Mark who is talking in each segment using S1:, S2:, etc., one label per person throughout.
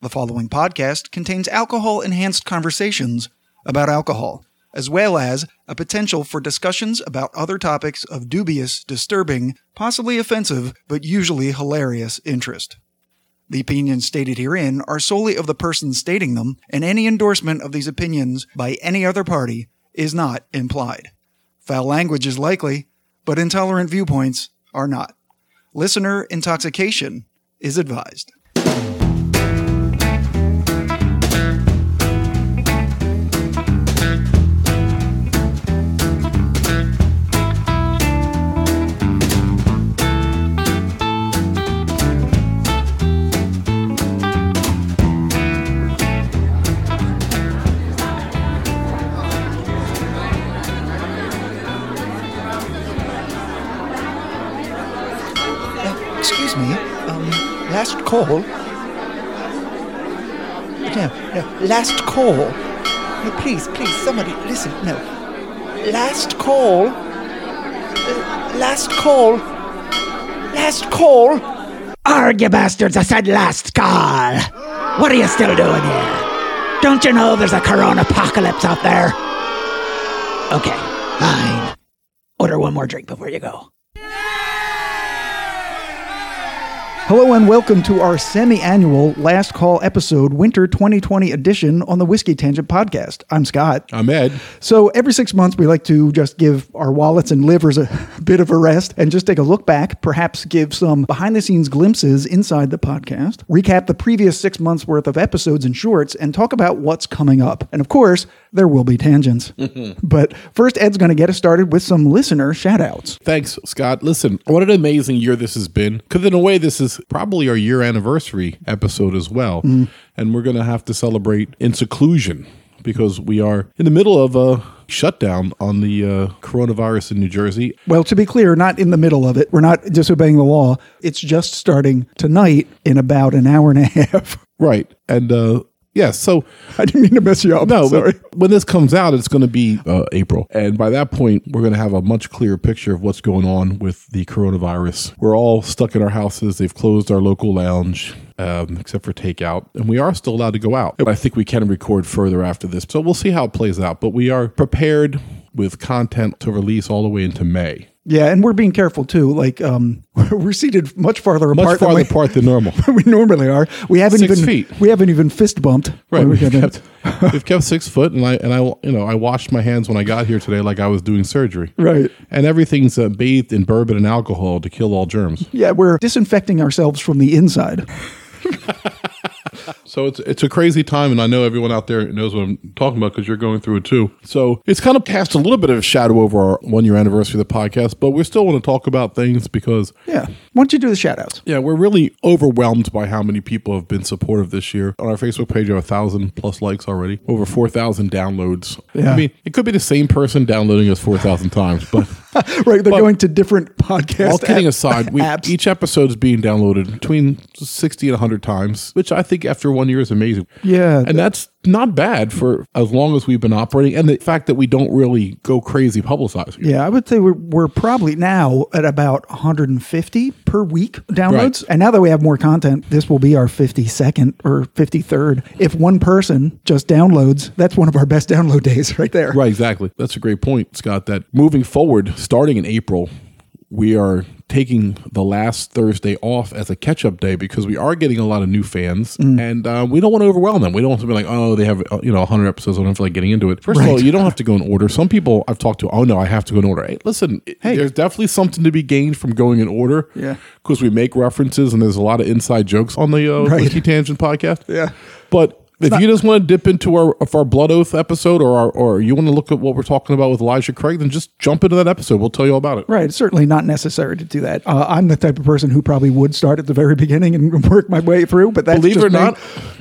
S1: The following podcast contains alcohol enhanced conversations about alcohol, as well as a potential for discussions about other topics of dubious, disturbing, possibly offensive, but usually hilarious interest. The opinions stated herein are solely of the person stating them, and any endorsement of these opinions by any other party is not implied. Foul language is likely, but intolerant viewpoints are not. Listener intoxication is advised. Excuse me, um, last call. No, no, last call. No, please, please, somebody, listen, no. Last call. Uh, Last call. Last call.
S2: Arg, you bastards, I said last call. What are you still doing here? Don't you know there's a corona apocalypse out there? Okay, fine. Order one more drink before you go.
S1: Hello and welcome to our semi annual Last Call episode, Winter 2020 edition on the Whiskey Tangent podcast. I'm Scott.
S3: I'm Ed.
S1: So every six months, we like to just give our wallets and livers a bit of a rest and just take a look back, perhaps give some behind the scenes glimpses inside the podcast, recap the previous six months worth of episodes and shorts, and talk about what's coming up. And of course, there will be tangents. but first, Ed's going to get us started with some listener shout outs.
S3: Thanks, Scott. Listen, what an amazing year this has been. Because in a way, this is probably our year anniversary episode as well. And we're going to have to celebrate in seclusion because we are in the middle of a shutdown on the uh, coronavirus in New Jersey.
S1: Well, to be clear, not in the middle of it. We're not disobeying the law. It's just starting tonight in about an hour and a half.
S3: Right. And uh, yeah, so
S1: I didn't mean to mess you up.
S3: No,
S1: sorry.
S3: but When this comes out, it's going to be uh, April. And by that point, we're going to have a much clearer picture of what's going on with the coronavirus. We're all stuck in our houses. They've closed our local lounge, um, except for takeout. And we are still allowed to go out. And I think we can record further after this. So we'll see how it plays out. But we are prepared with content to release all the way into May.
S1: Yeah, and we're being careful too. Like, um, we're seated much farther
S3: Much
S1: apart
S3: farther
S1: than
S3: apart than normal.
S1: we, we normally are. We haven't
S3: Six
S1: even
S3: feet.
S1: we haven't even fist bumped.
S3: Right,
S1: We're
S3: we've
S1: gonna-
S3: kept, we've kept six foot, and I and I you know I washed my hands when I got here today, like I was doing surgery.
S1: Right.
S3: and everything's uh, bathed in bourbon and alcohol to kill all germs.
S1: Yeah, we're disinfecting ourselves from the inside.
S3: So it's it's a crazy time, and I know everyone out there knows what I'm talking about because you're going through it too. So it's kind of cast a little bit of a shadow over our one year anniversary of the podcast, but we still want to talk about things because
S1: Yeah. Why don't you do the shout outs?
S3: Yeah, we're really overwhelmed by how many people have been supportive this year. On our Facebook page, we have a thousand plus likes already, over four thousand downloads.
S1: Yeah.
S3: I mean, it could be the same person downloading us four thousand times, but
S1: Right, they're going to different podcasts.
S3: all kidding aside, we,
S1: apps.
S3: each episode is being downloaded between sixty and hundred times, which I think after one year is amazing.
S1: Yeah.
S3: and that's not bad for as long as we've been operating, and the fact that we don't really go crazy publicizing. it.
S1: Yeah, I would say we're, we're probably now at about 150 per week downloads.
S3: Right.
S1: And now that we have more content, this will be our 52nd or 53rd. If one person just downloads, that's one of our best download days right there.
S3: Right, exactly. That's a great point, Scott. That moving forward, starting in April, we are taking the last Thursday off as a catch up day because we are getting a lot of new fans
S1: Mm.
S3: and uh, we don't want to overwhelm them. We don't want to be like, oh, they have, uh, you know, 100 episodes. I don't feel like getting into it. First of all, you don't have to go in order. Some people I've talked to, oh, no, I have to go in order. Hey, listen, it- there's definitely something to be gained from going in order.
S1: Yeah.
S3: Because we make references and there's a lot of inside jokes on the uh, Wiki Tangent podcast.
S1: Yeah.
S3: But if you just want to dip into our of our blood oath episode, or our, or you want to look at what we're talking about with Elijah Craig, then just jump into that episode. We'll tell you all about it.
S1: Right. It's certainly not necessary to do that. Uh, I'm the type of person who probably would start at the very beginning and work my way through, but that's
S3: Believe it
S1: just
S3: or
S1: me.
S3: not,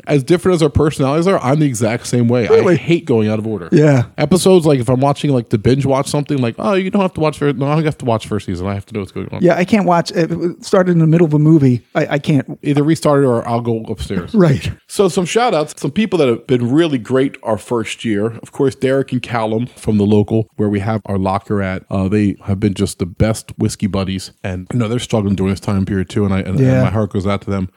S3: as different as our personalities are, I'm the exact same way.
S1: Really?
S3: I hate going out of order.
S1: Yeah.
S3: Episodes like if I'm watching like to binge watch something, like oh you don't have to watch first. No, I have to watch first season. I have to know what's going on.
S1: Yeah, I can't watch it. Started in the middle of a movie. I, I can't.
S3: Either restart it or I'll go upstairs.
S1: Right.
S3: So some shout outs, some people that have been really great our first year. Of course, Derek and Callum from the local where we have our locker at. Uh, they have been just the best whiskey buddies, and you know they're struggling during this time period too. And I and, and
S1: Yeah.
S3: my heart goes out to them.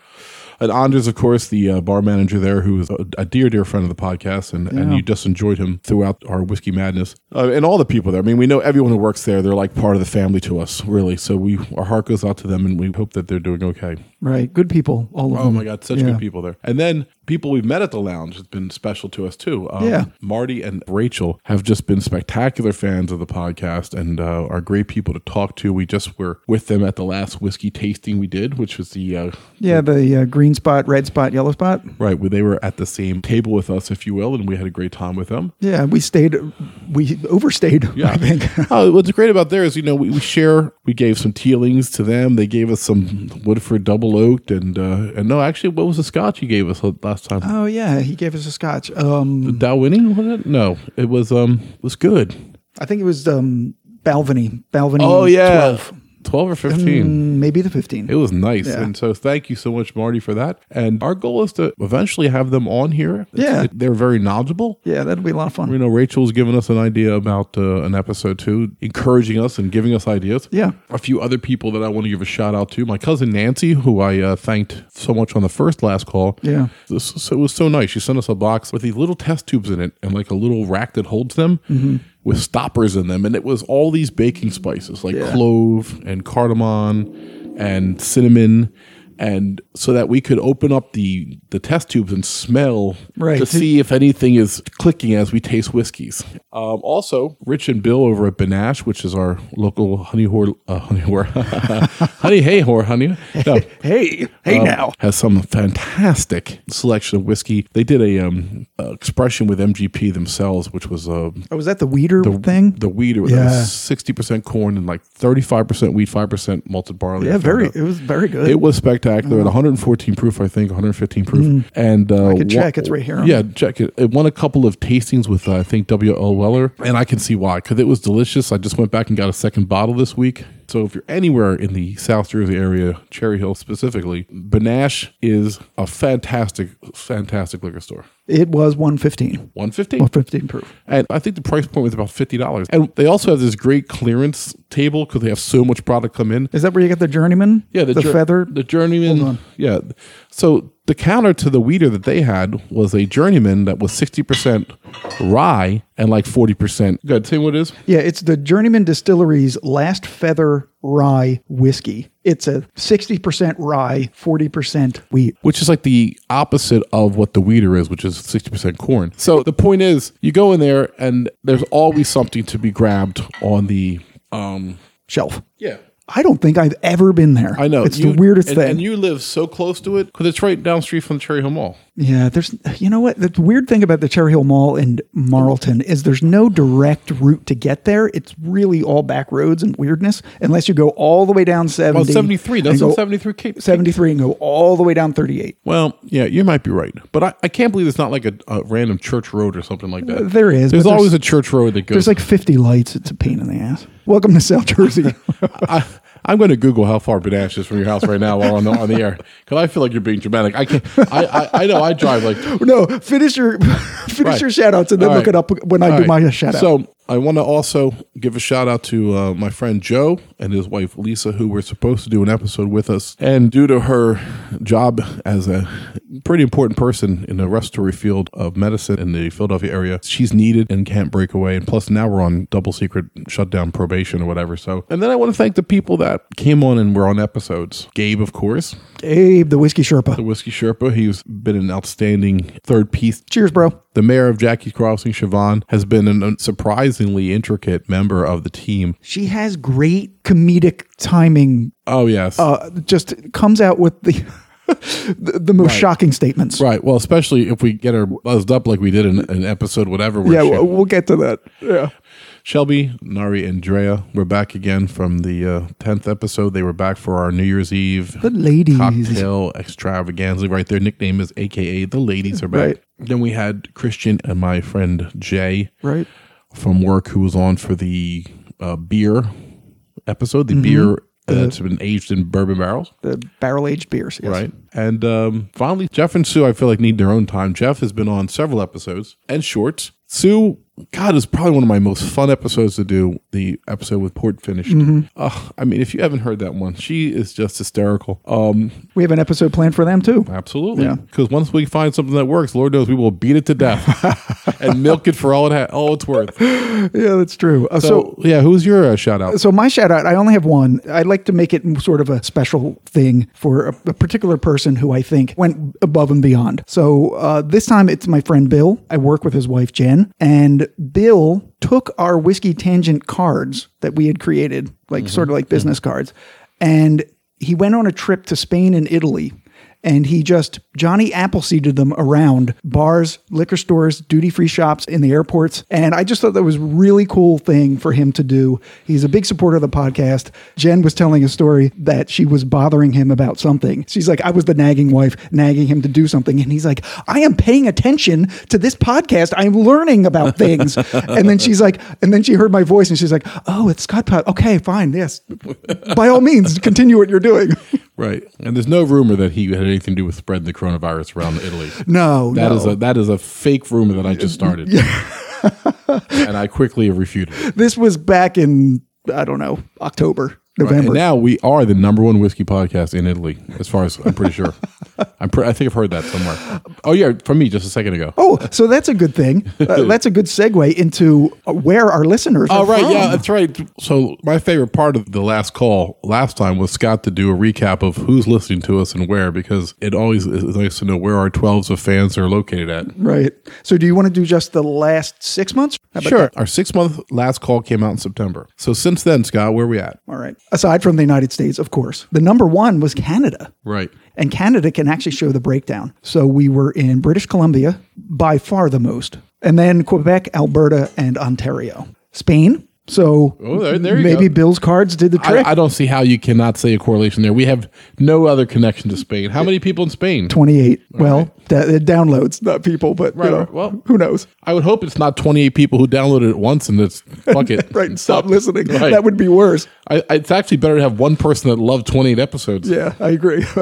S3: And Anders, of course, the uh, bar manager there, who is a, a dear, dear friend of the podcast, and, and you just enjoyed him throughout our whiskey madness, uh, and all the people there. I mean, we know everyone who works there; they're like part of the family to us, really. So we, our heart goes out to them, and we hope that they're doing okay.
S1: Right. Good people, all of
S3: Oh
S1: them.
S3: my God, such
S1: Mm. Yeah.
S3: good people there. And then people we've met at the lounge has been special to us too. Um,
S1: Yeah.
S3: Marty and Rachel have just been spectacular fans of the podcast and uh, are great people to talk to. We just were with them at the last whiskey tasting we did, which was the uh,
S1: Yeah, the uh, green spot, red spot, yellow spot.
S3: right where they were at the same table with us, if you will, and we had a great time with them.
S1: Yeah, we stayed, we overstayed, I think.
S3: oh, what's great about there is, you know, we, we share, we gave some tealings to them. They gave us some Woodford double oaked and, uh, and no, actually, what was the scotch you gave us last time?
S1: oh, yeah, he gave us a scotch. Um,
S3: Dalwhinnie was it? No, it was um it was good.
S1: I think it was um, Balvenie. Balvenie. 12,
S3: 12, or fifteen.
S1: maybe the 15.
S3: Oh, It was nice,
S1: Mm. Yeah.
S3: and so thank you so much, Marty, for that. And our goal is to eventually have them on here. It's-
S1: Yeah.
S3: it- they're very knowledgeable.
S1: yeah, that'll be a lot of fun.
S3: You know, Rachel's given us an idea about uh, an episode too, encouraging us and giving us ideas.
S1: Yeah.
S3: A few other people that I want to give a shout out to. My cousin Nancy, who I uh, thanked so much on the first last call.
S1: Yeah.
S3: This, so it was so nice. She sent us a box with these little test tubes in it and like a little rack that holds them
S1: Mm-hmm.
S3: with stoppers in them. And it was all these baking spices like clove and cardamom and cinnamon. And so that we could open up the, the test tubes and smell
S1: Right.
S3: to see if anything is clicking as we taste whiskeys. Um, also, Rich and Bill over at Banash, which is our local honey whore, uh, honey whore, honey hey whore, honey. No, um,
S1: Hey, hey now.
S3: has some fantastic selection of whiskey. They did a um, uh, expression with MGP themselves, which was uh,
S1: Oh, was that the weeder thing?
S3: the wheat.
S1: Yeah.
S3: sixty percent corn and like thirty five percent wheat, five percent malted barley. I
S1: yeah,
S3: found
S1: very,
S3: out.
S1: it was very good.
S3: It was spectacular at
S1: Uh-huh.
S3: 114 proof, I think, 115 proof. And uh, I
S1: could Mm. check. It's right here on-
S3: Yeah, check it. It won a couple of tastings with uh, I think W. L. Weller, and I can see why because it was delicious. I just went back and got a second bottle this week. So if you're anywhere in the South Jersey area, Cherry Hill specifically, Banash is a fantastic, fantastic liquor store.
S1: it was 115.
S3: 115.
S1: 115 proof.
S3: And I think the price point was about $50. And they also have this great clearance table because they have so much product come in.
S1: Is that where you got the journeyman?
S3: Yeah, the,
S1: the
S3: jour-
S1: feather.
S3: the journeyman. Yeah, so the counter to the weeder that they had was a journeyman that was sixty percent rye and like forty percent. Good, see what it is?
S1: yeah, it's the Journeyman Distillery's Last Feather Rye Whiskey. It's a 60% rye, 40% wheat.
S3: Which is like the opposite of what the weeder is, which is sixty percent corn. So the point is, you go in there and there's always something to be grabbed on the. um
S1: Shelf.
S3: Yeah.
S1: I don't think I've ever been there.
S3: I know
S1: It's
S3: you-
S1: the weirdest
S3: and-
S1: thing.
S3: and you live so close to it because it's right down the street from the Cherry Hill Mall.
S1: Yeah, there's you know what the weird thing about the Cherry Hill Mall and Marlton is there's no direct route to get there. It's really all back roads and weirdness unless you go all the way down 70.
S3: Well, seventy three.
S1: and
S3: That's
S1: go-
S3: seventy three. Cape
S1: 73 and go all the way down 38.
S3: Well, yeah, you might be right, but I, I can't believe it's not like a, a random church road or something like that.
S1: There is,
S3: There's
S1: but
S3: always a church road that goes.
S1: There's like 50 lights. It's a pain in the ass. Welcome to South Jersey.
S3: I, I'm going to Google how far Banash is from your house right now while on the on the air because I feel like you're being dramatic. I can I, I I know I drive like
S1: no, finish your finish
S3: Right.
S1: your shout outs and then
S3: All
S1: look
S3: right.
S1: it up when I
S3: All
S1: do
S3: right.
S1: my shout out.
S3: So I want to also give a shout out to uh, my friend Joe and his wife Lisa, who were supposed to do an episode with us, and due to her job as a pretty important person in the respiratory field of medicine in the Philadelphia area, she's needed and can't break away. And plus, now we're on double secret shutdown probation or whatever. So, and then I want to thank the people that came on and were on episodes. Gabe, of course,
S1: Abe the Whiskey
S3: the
S1: Sherpa.
S3: whiskey Sherpa. He's been an outstanding third piece
S1: Cheers, bro.
S3: the mayor of Jackie's Crossing, Siobhan, has been an- a surprisingly intricate member of the team.
S1: She has great comedic timing
S3: Oh, yes.
S1: uh, just comes out with the the, the most shocking statements.
S3: right. Well, especially if we get her buzzed up like we did in an episode, whatever. Where
S1: Yeah,
S3: she-
S1: we'll, we'll get to that. Yeah,
S3: Shelby, Nari, and Drea, we're back again from the uh, 10th episode. They were back for our New Year's Eve
S1: the ladies.
S3: cocktail extravaganza right there. Nickname is AKA The Ladies Are Back.
S1: Right.
S3: Then we had Christian and my friend Jay.
S1: Right.
S3: from work who was on for the uh, beer episode, the
S1: Mm-hmm.
S3: beer that's been aged in bourbon barrels.
S1: The barrel aged beers. Uh-huh. Yes.
S3: Right. And um, finally, Jeff and Sue, I feel like need their own time. Jeff has been on several episodes and shorts. Sue God is probably one of my most fun episodes to do. The episode with Port finished.
S1: Mm-hmm.
S3: Ugh, I mean, if you haven't heard that one, she is just hysterical. Um,
S1: We have an episode planned for them too.
S3: absolutely.
S1: Yeah.
S3: Because once we find something that works, Lord knows we will beat it to death and milk it for all it ha- all it's worth. So,
S1: Yeah, that's true. Uh, so
S3: yeah, who's your uh, shout out?
S1: so my shout out, I only have one. I'd like to make it sort of a special thing for a, a particular person who I think went above and beyond. So uh, this time it's my friend Bill. I work with his wife Jen, and Bill took our whiskey tangent cards that we had created, like sort of like business cards, and he went on a trip to Spain and Italy. And he just Johnny Appleseeded them around bars, liquor stores, duty free shops in the airports. And I just thought that was a really cool thing for him to do. He's a big supporter of the podcast. Jen was telling a story that she was bothering him about something. She's like, I was the nagging wife, nagging him to do something. And he's like, I am paying attention to this podcast. I'm learning about things. and then she's like, and then she heard my voice and she's like, oh, it's Scott Pod. Okay, fine. Yes. By all means, continue what you're doing.
S3: Right, and there's no rumor that he had anything to do with spreading the coronavirus around Italy.
S1: No,
S3: That
S1: no.
S3: is a that is a fake rumor that I just started, and I quickly refuted. it.
S1: this was back in I don't know October, November.
S3: And now we are the number one whiskey podcast in Italy, as far as I'm pretty sure. I'm pre- I think I've heard that somewhere. Oh yeah, from me just a second ago.
S1: oh, so that's a good thing. Uh, that's a good segue into uh, where our listeners.
S3: Oh
S1: are
S3: right,
S1: from.
S3: yeah, that's right. So my favorite part of the last call last time was Scott to do a recap of who's listening to us and where, because it always is nice to know where our twelves of fans are located at.
S1: right. So do you want to do just the last six months? How about
S3: Sure.
S1: that?
S3: Our six month last call came out in September. So since then, Scott, where are we at?
S1: All right. Aside from the United States, of course, the number one was Canada.
S3: Right.
S1: And Canada can actually show the breakdown. So we were in British Columbia, by far the most, and then Quebec, Alberta, and Ontario. Spain. So
S3: Oh, there- there you
S1: maybe
S3: go.
S1: Bill's cards did the trick.
S3: I, I don't see how you cannot say a correlation there. We have no other connection to Spain. How many people in Spain?
S1: 28. well, da- it downloads, not people, but you
S3: Right,
S1: know,
S3: right. Well-
S1: who knows?
S3: I would hope it's not 28 people who downloaded it once and it's fuck it.
S1: Right. And stop
S3: Fuck.
S1: listening.
S3: Right.
S1: That would be worse.
S3: I, it's actually better to have one person that loved 28 episodes.
S1: Yeah, I agree.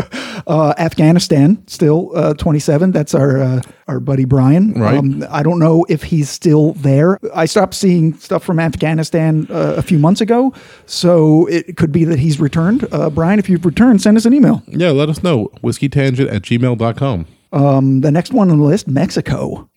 S1: uh, Afghanistan, still uh, 27. That's our uh, our buddy Brian. Um,
S3: Right.
S1: I don't know if he's still there. I stopped seeing stuff from Afghanistan uh, a few months ago. So it could be that he's returned. Uh, Brian, if you've returned, send us an email.
S3: Yeah, let us know. WhiskeyTangent at gmail.com.
S1: Mm, The next one on the list, Mexico.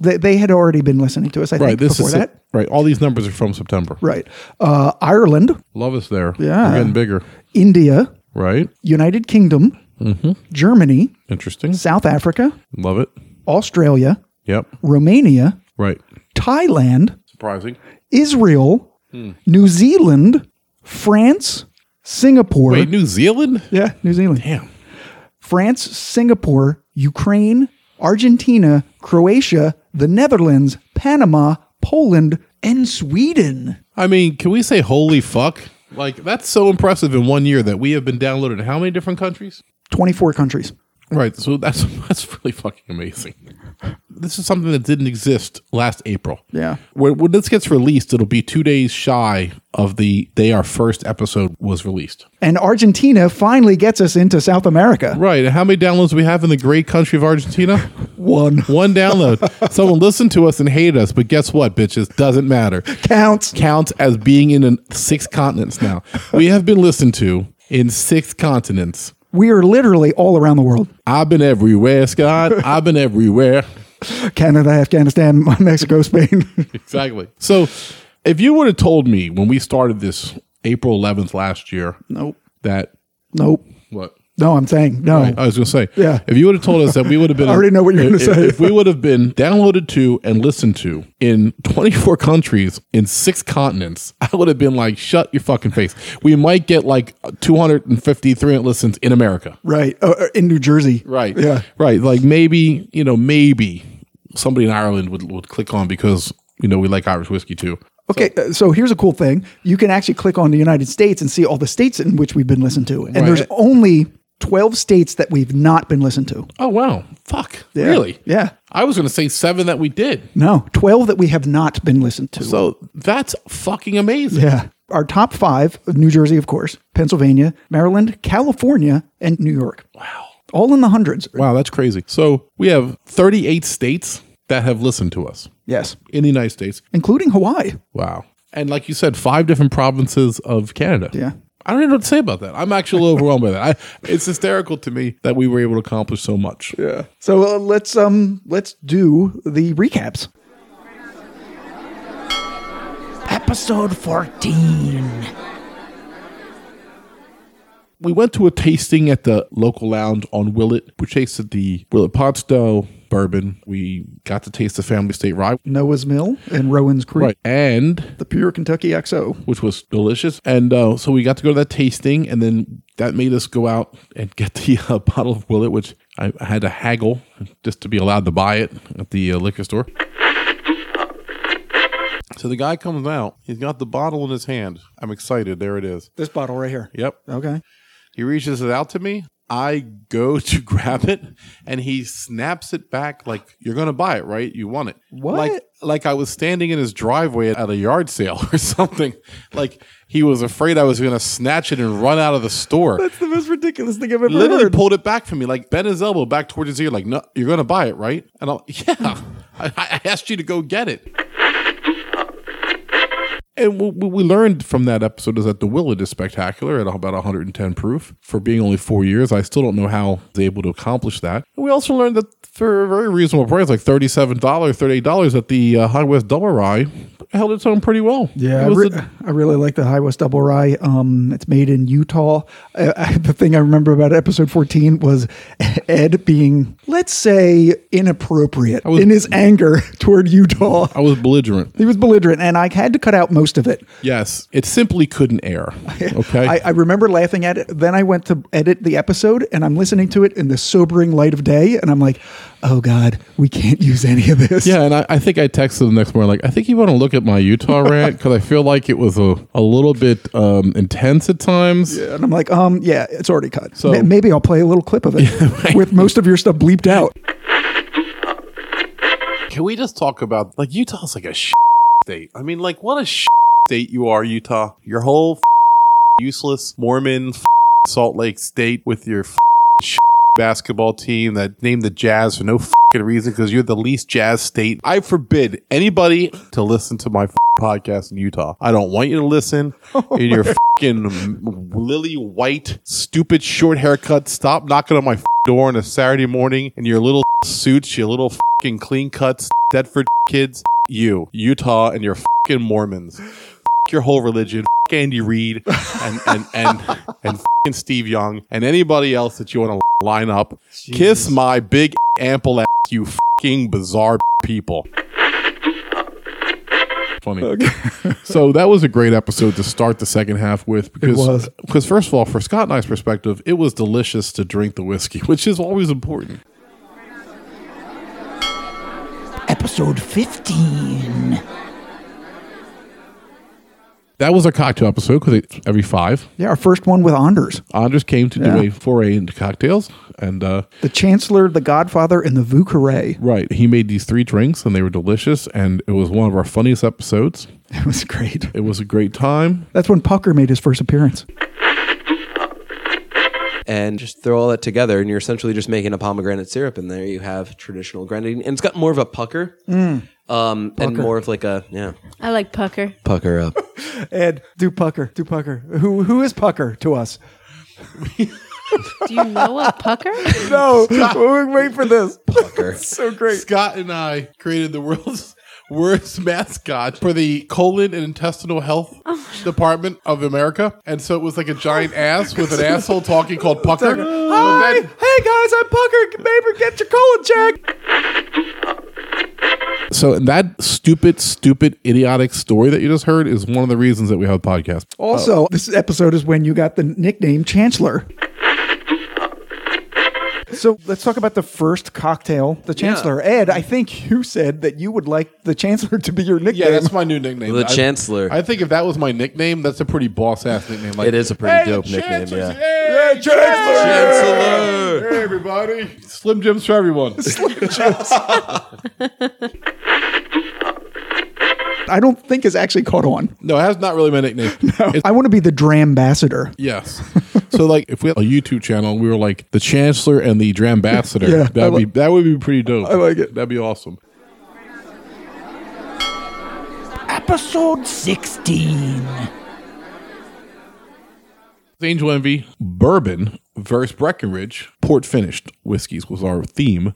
S1: They, they had already been listening to us, I
S3: Hmm. Right.
S1: think,
S3: This
S1: before
S3: is
S1: that.
S3: right. All these numbers are from September.
S1: Right. Uh, Ireland,
S3: Love us there.
S1: Yeah.
S3: We're getting bigger.
S1: India,
S3: Right.
S1: United Kingdom,
S3: Mm-hmm.
S1: Germany,
S3: Interesting.
S1: South Africa,
S3: Love it.
S1: Australia,
S3: Yep.
S1: Romania,
S3: Right.
S1: Thailand,
S3: Surprising.
S1: Israel,
S3: Hmm.
S1: New Zealand, France, Singapore.
S3: Wait, New Zealand?
S1: Yeah, New Zealand.
S3: Damn.
S1: France, Singapore, Ukraine, Argentina, Croatia, the Netherlands, Panama, Poland, and Sweden.
S3: I mean, can we say holy fuck? Like, that's so impressive in one year that we have been downloaded in how many different countries?
S1: 24 countries.
S3: Right. So that's that's really fucking amazing. This is something that didn't exist last April.
S1: Yeah.
S3: When, when this gets released, it'll be two days shy of the day our first episode was released.
S1: And Argentina finally gets us into South America.
S3: Right. And how many downloads do we have in the great country of Argentina?
S1: One
S3: One download. Someone listened to us and hated us, but guess what, bitches? Doesn't matter.
S1: counts.
S3: counts as being in an- six continents now. We have been listened to in six continents.
S1: We are literally all around the world.
S3: I've been everywhere, Scott. I've been everywhere.
S1: Canada, Afghanistan, Mexico, Spain.
S3: Exactly. So, if you would have told me when we started this April 11th last year,
S1: nope.
S3: that
S1: Nope.
S3: what
S1: No, I'm saying no.
S3: I was going to say,
S1: Yeah.
S3: if you would have told us that we would have been,
S1: I already know what you're gonna
S3: if-
S1: say.
S3: If we would have been downloaded to and listened to in 24 countries in six continents, I would have been like, shut your fucking face. We might get like 250, 300 listens in America.
S1: Right. Uh, uh, in New Jersey.
S3: Right.
S1: Yeah.
S3: Right. Like maybe, you know, maybe somebody in Ireland would, would click on because, you know, we like Irish whiskey too.
S1: Okay. uh, So, here's a cool thing. You can actually click on the United States and see all the states in which we've been listened to. And there's only 12 states that we've not been listened to.
S3: Oh, wow. Fuck.
S1: Yeah.
S3: Really?
S1: Yeah.
S3: I was going to say seven that we did.
S1: No, 12 that we have not been listened to.
S3: So that's fucking amazing.
S1: yeah. Our top five New Jersey, of course, Pennsylvania, Maryland, California, and New York. Wow. All in the hundreds.
S3: Wow. That's crazy. So we have 38 states that have listened to us.
S1: Yes.
S3: in the United States.
S1: Including Hawaii.
S3: Wow. And like you said, five different provinces of Canada.
S1: Yeah.
S3: I don't even know what to say about that. I'm actually overwhelmed by that. I, it's hysterical to me that we were able to accomplish so much.
S1: Yeah. So uh, let's um let's do the recaps.
S2: Episode 14.
S3: We went to a tasting at the local lounge on Willett. We tasted the Willett Pot Still bourbon. We got to taste the Family State Rye.
S1: Noah's Mill and Rowan's Creek.
S3: Right. And
S1: The Pure Kentucky XO.
S3: which was delicious. And uh, so we got to go to that tasting, and then that made us go out and get the uh, bottle of Willet, which I, I had to haggle just to be allowed to buy it at the uh, liquor store. So the guy comes out. He's got the bottle in his hand. I'm excited. There it is.
S1: This bottle right here.
S3: Yep.
S1: Okay.
S3: He reaches it out to me. I go to grab it and he snaps it back like you're going to buy it, right? You want it.
S1: What?
S3: Like like I was standing in his driveway at a yard sale or something. Like he was afraid I was going to snatch it and run out of the store.
S1: That's the most ridiculous thing I've ever
S3: Literally
S1: heard.
S3: pulled it back from me, like bent his elbow back towards his ear, like, no, you're going to buy it, right? And I'll, yeah, I, I asked you to go get it. And what what we learned from that episode is that the Willard is spectacular at about 110 proof for being only four years. I still don't know how they're able to accomplish that. And we also learned that for a very reasonable price, like $37, $38, that the uh, High West Double Rye held its own pretty well.
S1: Yeah,
S3: It
S1: I,
S3: was
S1: re-
S3: a-
S1: I really like the High West Double Rye. Um, it's made in Utah. I, I, the thing I remember about episode 14 was Ed being, let's say, inappropriate
S3: was-
S1: in his anger toward Utah.
S3: I was belligerent.
S1: He was belligerent, and I had to cut out most of it.
S3: Yes, it simply couldn't air. Okay.
S1: I, I remember laughing at it. Then I went to edit the episode, and I'm listening to it in the sobering light of day, and I'm like, "Oh God, we can't use any of this."
S3: Yeah, and I, I think I texted the next morning, like, I think you want to look at my Utah rant because I feel like it was a, a little bit um, intense at times.
S1: And I'm like, um, yeah, it's already cut. So
S3: So-
S1: maybe I'll play a little clip of it with most of your stuff bleeped out.
S3: Can we just talk about, like, Utah's like a sh- state? I mean, like, what a sh- state you are, Utah. Your whole f- useless Mormon f- Salt Lake state with your f- sh- basketball team that named the Jazz for no fucking reason because you're the least Jazz state. I forbid anybody to listen to my f- podcast in Utah. I don't want you to listen in your fucking lily white, stupid short haircut. Stop knocking on my f- door on a Saturday morning in your little f- suits, your little fucking clean cuts, Stedford kids. You, Utah, and your fucking Mormons. F- your whole religion. F- Andy Reid and and and and fucking Steve Young and anybody else that you want to line up. Kiss my big ample ass, you fucking bizarre people. Funny. so that was a great episode to start the second half with
S1: was.
S3: because because first of all, for Scott and I's perspective, it was delicious to drink the whiskey, which is always important.
S2: Episode 15.
S3: That was our cocktail episode because it's every five.
S1: Yeah, our first one with Anders,
S3: Anders came to
S1: Yeah.
S3: do a foray into cocktails, and uh,
S1: the Chancellor, the Godfather, and the Vucare.
S3: right, he made these three drinks, and they were delicious, and it was one of our funniest episodes.
S1: It was great.
S3: It was a great time.
S1: That's when Pucker made his first appearance.
S4: and just throw all that together and you're essentially just making a pomegranate syrup and there you have traditional grenadine and it's got more of a pucker, um and more of like a yeah
S5: I like pucker.
S4: pucker up
S1: Ed, do Pucker, do Pucker. Who who is Pucker to us?
S5: Do you know a pucker?
S1: No, wait for this.
S4: pucker
S1: So great.
S3: Scott and I created the world's worst mascot for the colon and intestinal health department of America, and so it was like a giant ass with an asshole talking called Pucker.
S1: Hi, hey guys, I'm Pucker. Baby, get your colon checked.
S3: So that stupid, stupid, idiotic story that you just heard is one of the reasons that we have a podcast.
S1: Also, this episode is when you got the nickname Chancellor. So let's talk about the first cocktail, the Chancellor. Ed, I think you said that you would like the Chancellor to be your nickname.
S3: Yeah, that's my new nickname.
S4: The
S3: I-
S4: Chancellor.
S3: I think if that was my nickname, that's a pretty boss ass nickname. Like,
S4: it is a pretty
S3: "Hey,
S4: dope
S3: the
S4: nickname
S3: Chancellor's-
S4: yeah
S3: Hey, Chancellor!
S4: Chancellor!
S3: Hey, everybody! Slim Jims for everyone.
S1: I don't think has actually caught on.
S3: no, that's not really my nickname. It's-
S1: I want to be the Drambassador.
S3: yes. so, like, if we had a YouTube channel, we were like the Chancellor and the Drambassador.
S1: Yeah, I
S3: that'd
S1: li-
S3: be that would be pretty dope.
S1: I like it.
S3: That'd be awesome.
S2: episode 16.
S3: Angel Envy, bourbon versus Breckenridge, port finished whiskeys was our theme.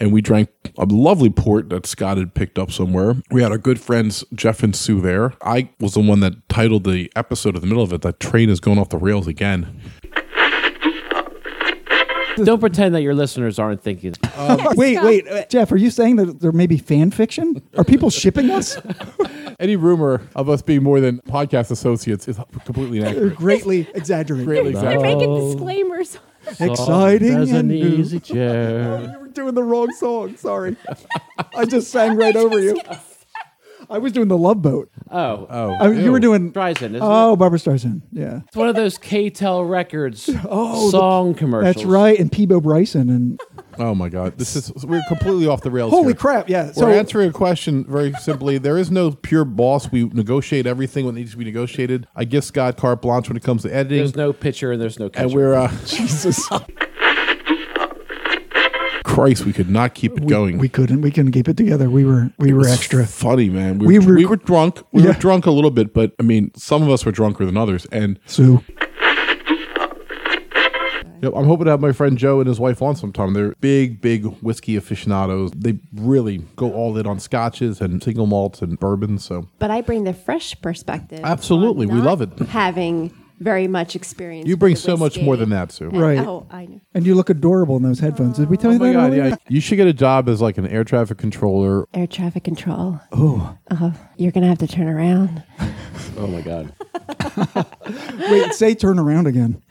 S3: And we drank a lovely port that Scott had picked up somewhere. We had our good friends Jeff and Sue there. I was the one that titled the episode in the middle of it, That Train is Going Off the Rails Again.
S6: Don't pretend that your listeners aren't thinking. "Oh,
S1: Wait, wait, uh, Jeff, are you saying that there may be fan fiction? Are people shipping us?
S3: Any rumor of us being more than podcast associates is completely
S1: They're
S3: inaccurate.
S1: greatly exaggerating.
S3: Greatly
S6: They're
S3: exaggerated.
S6: making-
S5: Making disclaimers.
S1: Exciting
S6: There's
S1: and
S6: an
S1: new.
S6: easy chair.
S1: You were doing the wrong song. Sorry. I just sang right over you. I was doing the Love Boat.
S6: Oh, oh,
S1: I, you were
S3: Ew.
S1: doing.
S6: Streisand, isn't it?
S1: Oh, Barbara Streisand. Yeah.
S6: It's one of those KTEL Records song commercials.
S1: Oh, That's right. And Peebo Bryson. And
S3: Oh my God. This is, we're completely off the rails.
S1: holy
S3: here.
S1: crap. Yeah.
S3: We're
S1: So
S3: answering a question very simply. There is no pure boss. We negotiate everything when it needs to be negotiated. I give Scott carte blanche when it comes to editing.
S6: There's no pitcher and there's no catcher.
S3: and we're uh, Jesus.
S2: Oh.
S3: Christ, we could not keep it
S1: we,
S3: going.
S1: we couldn't. We couldn't keep it together. We were. We were
S3: It's
S1: extra.
S3: funny, man. We,
S1: We
S3: were,
S1: were-
S3: we were drunk. We were
S1: Yeah.
S3: drunk a little bit, but I mean, some of us were drunker than others. And
S1: So
S3: you know, I'm hoping to have my friend Joe and his wife on sometime. They're big, big whiskey aficionados. They really go all in on scotches and single malts and bourbons. So
S5: But I bring the fresh perspective.
S3: Absolutely,
S5: on
S3: we
S5: not
S3: love it.
S5: Having very much experience.
S3: you
S5: with
S3: bring
S5: the
S3: so much
S5: whiskey.
S3: more than that, Sue.
S1: right.
S5: Oh, I know.
S1: And you look adorable in those headphones. Did we tell you
S3: Oh my
S1: that?
S3: god,
S1: already?
S3: yeah. You should get a job as like an air traffic controller.
S5: Air traffic control. Oh. you're gonna have to turn around.
S6: oh my God.
S1: Wait. Say turn around again.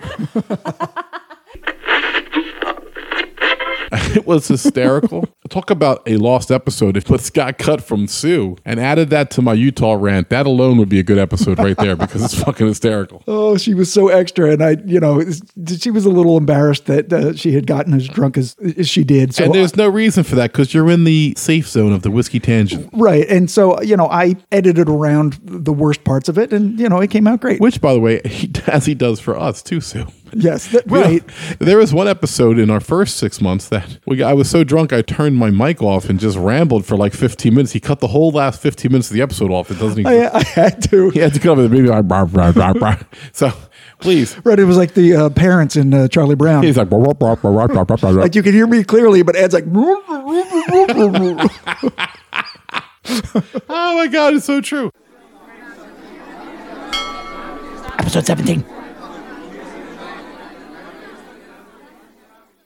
S3: It was hysterical. Talk about a lost episode. If it got cut from Sue and added that to my Utah rant, that alone would be a good episode right there because it's fucking hysterical.
S1: Oh, she was so extra, and I, you know, it's- she was a little embarrassed that uh, she had gotten as drunk as, as she did. So
S3: and there's no reason for that because you're in the safe zone of the whiskey tangent.
S1: right, and so you know, I edited around the worst parts of it, and you know, it came out great.
S3: Which, by the way, he, as he does for us too, Sue.
S1: yes, that, right.
S3: There was one episode in our first six months that we, I was so drunk I turned my mic off and just rambled for like 15 minutes. He cut the whole last 15 minutes of the episode off. It doesn't exist.
S1: I, I had to.
S3: He had to come up with a baby. Like, brah, brah, brah, brah. So please.
S1: Right, it was like the uh, parents in uh, Charlie Brown.
S3: He's like, brah, brah, brah, brah, brah, brah, brah, brah.
S1: like you can hear me clearly, but Ed's like, right,
S3: oh my God, it's so true.
S2: Episode 17.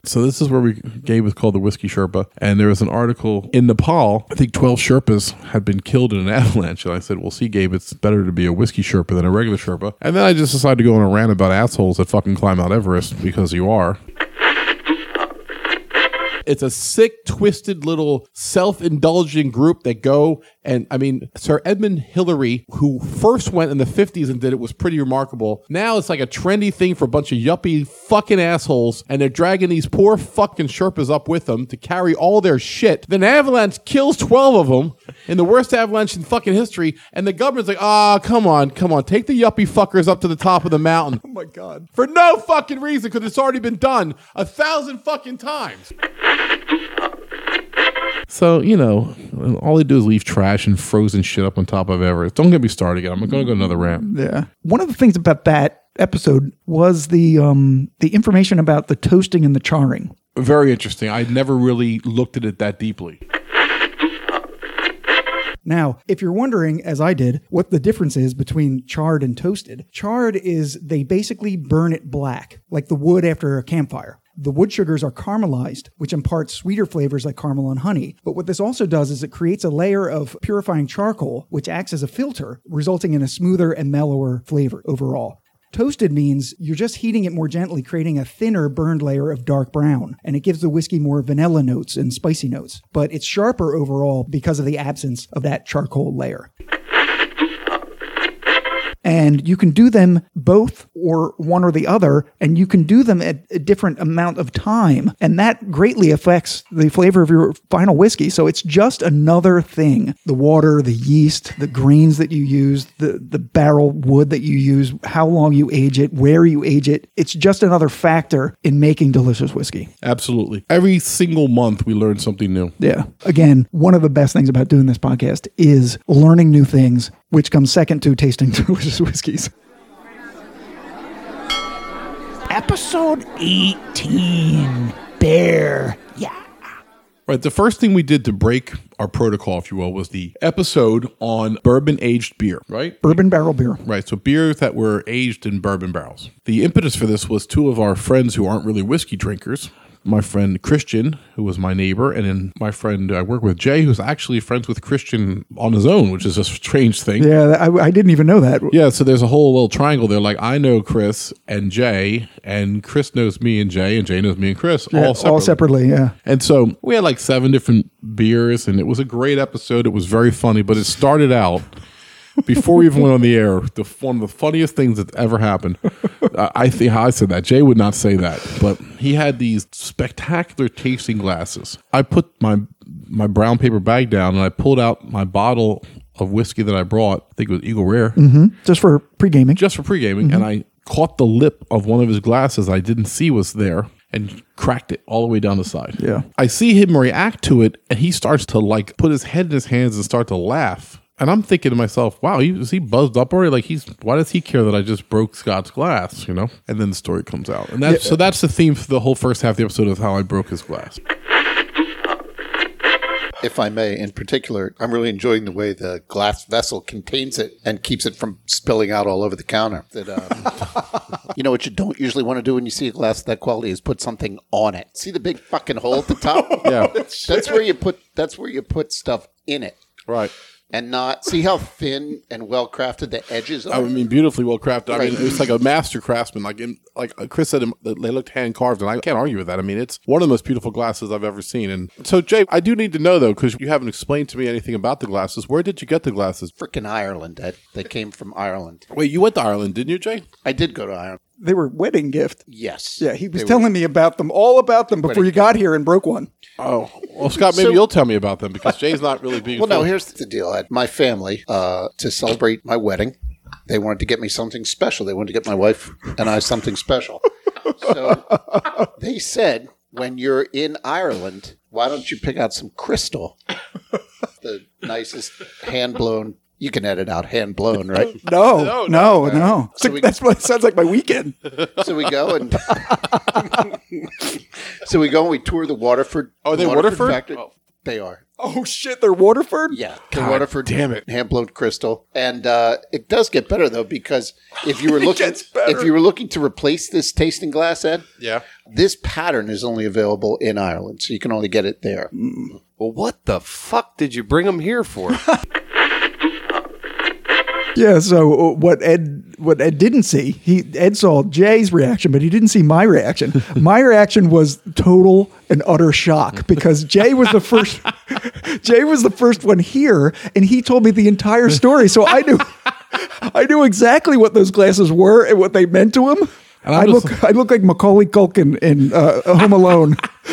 S3: So this is where we Gabe was called the Whiskey Sherpa, and there was an article in Nepal. I think twelve Sherpas had been killed in an avalanche, and I said, "Well, see, Gabe, it's better to be a whiskey Sherpa than a regular Sherpa." And then I just decided to go on a rant about assholes that fucking climb Mount Everest because you are. It's a sick, twisted little self indulgent group that go and I mean, Sir Edmund Hillary, who first went in the 50s and did it, was pretty remarkable. Now it's like a trendy thing for a bunch of yuppie fucking assholes, and they're dragging these poor fucking Sherpas up with them to carry all their shit. Then Avalanche kills 12 of them in the worst avalanche in fucking history, and the government's like, ah, come on, come on, take the yuppie fuckers up to the top of the mountain. oh my God. For no fucking reason, because it's already been done a thousand fucking times. So, you know, all they do is leave trash and frozen shit up on top of Everest. Don't get me started again. I'm going to go another rant.
S1: yeah. One of the things about that episode was the um the information about the toasting and the charring.
S3: Very interesting. I never really looked at it that deeply.
S1: Now, if you're wondering, as I did, what the difference is between charred and toasted, charred is they basically burn it black, like the wood after a campfire. The wood sugars are caramelized, which imparts sweeter flavors like caramel and honey. But what this also does is it creates a layer of purifying charcoal, which acts as a filter, resulting in a smoother and mellower flavor overall. Toasted means you're just heating it more gently, creating a thinner burned layer of dark brown, and it gives the whiskey more vanilla notes and spicy notes. But it's sharper overall because of the absence of that charcoal layer. And you can do them both or one or the other, and you can do them at a different amount of time. And that greatly affects the flavor of your final whiskey. So it's just another thing the water, the yeast, the grains that you use, the, the barrel wood that you use, how long you age it, where you age it. It's just another factor in making delicious whiskey.
S3: Absolutely. Every single month, we learn something new.
S1: Yeah. Again, one of the best things about doing this podcast is learning new things which comes second to tasting delicious whiskeys.
S2: Episode 18 Beer. Yeah.
S3: Right. The first thing we did to break our protocol, if you will, was the episode on bourbon aged beer, right?
S1: Bourbon barrel beer.
S3: Right. So beers that were aged in bourbon barrels. The impetus for this was two of our friends who aren't really whiskey drinkers. My friend Christian, who was my neighbor, and then my friend I work with, Jay, who's actually friends with Christian on his own, which is a strange thing.
S1: Yeah, that- I, I didn't even know that.
S3: Yeah, so there's a whole little triangle there. Like I know Chris and Jay, and Chris knows me and Jay, and Jay knows me and Chris, all separately.
S1: All separately, yeah.
S3: And so we had like seven different beers, and it was a great episode. It was very funny, but it started out before we even went on the air. The one of the funniest things that's ever happened. Uh, I think how I said that. Jay would not say that, but he had these spectacular tasting glasses. I put my my brown paper bag down, and I pulled out my bottle of whiskey that I brought. I think it was Eagle Rare
S1: Just for pre gaming.
S3: just for pre-gaming and I caught the lip of one of his glasses I didn't see was there and cracked it all the way down the side.
S1: Yeah.
S3: I see him react to it and he starts to like put his head in his hands and start to laugh. And I'm thinking to myself, wow, he, is he buzzed up already? Like he's why does he care that I just broke Scott's glass, you know? And then the story comes out. And that's so that's the theme for the whole first half of the episode of how I broke his glass.
S7: if I may, in particular, I'm really enjoying the way the glass vessel contains it and keeps it from spilling out all over the counter. That, um, you know what you don't usually want to do when you see a glass of that quality is put something on it. See the big fucking hole at the top?
S3: Yeah.
S7: that's where you put. That's where you put stuff in it,
S3: Right.
S7: and not see how thin and well crafted the edges are.
S3: I mean, beautifully well crafted. I mean,
S7: Right.
S3: it's like a master craftsman. Like, in, like uh, Chris said, um, that they looked hand carved, and I can't argue with that. I mean, it's one of the most beautiful glasses I've ever seen. And so, Jay, I do need to know though, because you haven't explained to me anything about the glasses. Where did you get the glasses?
S7: Freaking Ireland! Ed. They came from Ireland.
S3: Wait, you went to Ireland, didn't you, Jay?
S7: I did go to Ireland.
S1: They were wedding gift.
S7: Yes.
S1: Yeah, he was telling me about them, all about them before you got here and broke one.
S3: Oh, well, Scott, maybe
S7: So-
S3: you'll tell me about them because Jay's not really being.
S7: Well, no,
S3: full-
S7: here's the deal. Ed. My family, uh, to celebrate my wedding, they wanted to get me something special. They wanted to get my wife and I something special. So they said, when you're in Ireland, why don't you pick out some crystal? The nicest hand blown. You can edit out hand blown, right?
S1: No, no, no. It's
S7: So
S1: like-
S7: we-
S1: that's what it sounds like my weekend.
S7: So we go and so we go and we tour the Waterford.
S3: Are they Waterford?
S7: factory. They are.
S1: Oh shit, they're Waterford.
S7: Yeah, the Waterford
S3: damn it.
S7: hand blown crystal, and uh, it does get better though because if you were looking
S1: gets better.
S7: if you were looking to replace this tasting glass, Ed,
S3: yeah.
S7: this pattern is only available in Ireland, so you can only get it there.
S8: Well, what the fuck did you bring them here for?
S1: Yeah. So uh, what Ed what Ed didn't see, he Ed saw Jay's reaction, but he didn't see my reaction. my reaction was total and utter shock because Jay was the first. Jay was the first one here, and he told me the entire story. So I knew. I knew exactly what those glasses were and what they meant to him.
S3: And
S1: I
S3: I'm just-
S1: look, I look like Macaulay Culkin in uh, Home Alone.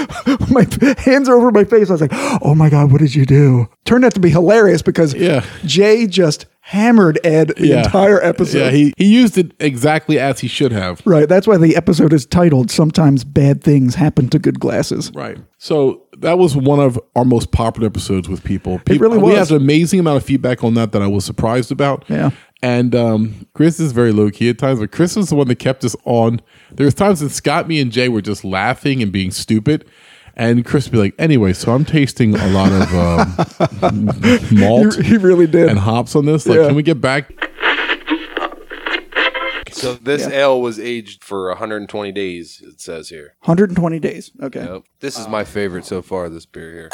S1: my hands are over my face. I was like, "Oh my god, what did you do?" Turned out to be hilarious because
S3: Yeah.
S1: Jay just hammered Ed the
S3: Yeah.
S1: entire episode.
S3: Yeah, he, he used it exactly as he should have.
S1: right. That's why the episode is titled "Sometimes Bad Things Happen to Good Glasses."
S3: Right. So that was one of our most popular episodes with people. Peop-
S1: really
S3: We
S1: was.
S3: had an amazing amount of feedback on that that I was surprised about.
S1: Yeah.
S3: And um, Chris is very low key at times, but Chris was the one that kept us on. There was times that Scott, me, and Jay were just laughing and being stupid. And Chris would be like, anyway, so I'm tasting a lot of um, malt
S1: He, he really did.
S3: and hops on this. Like,
S1: Yeah.
S3: can we get back?
S9: So this ale was aged for 120 days. It says here.
S1: 120 days. Okay.
S9: Yep. This is
S3: Oh.
S9: my favorite so far. This beer here.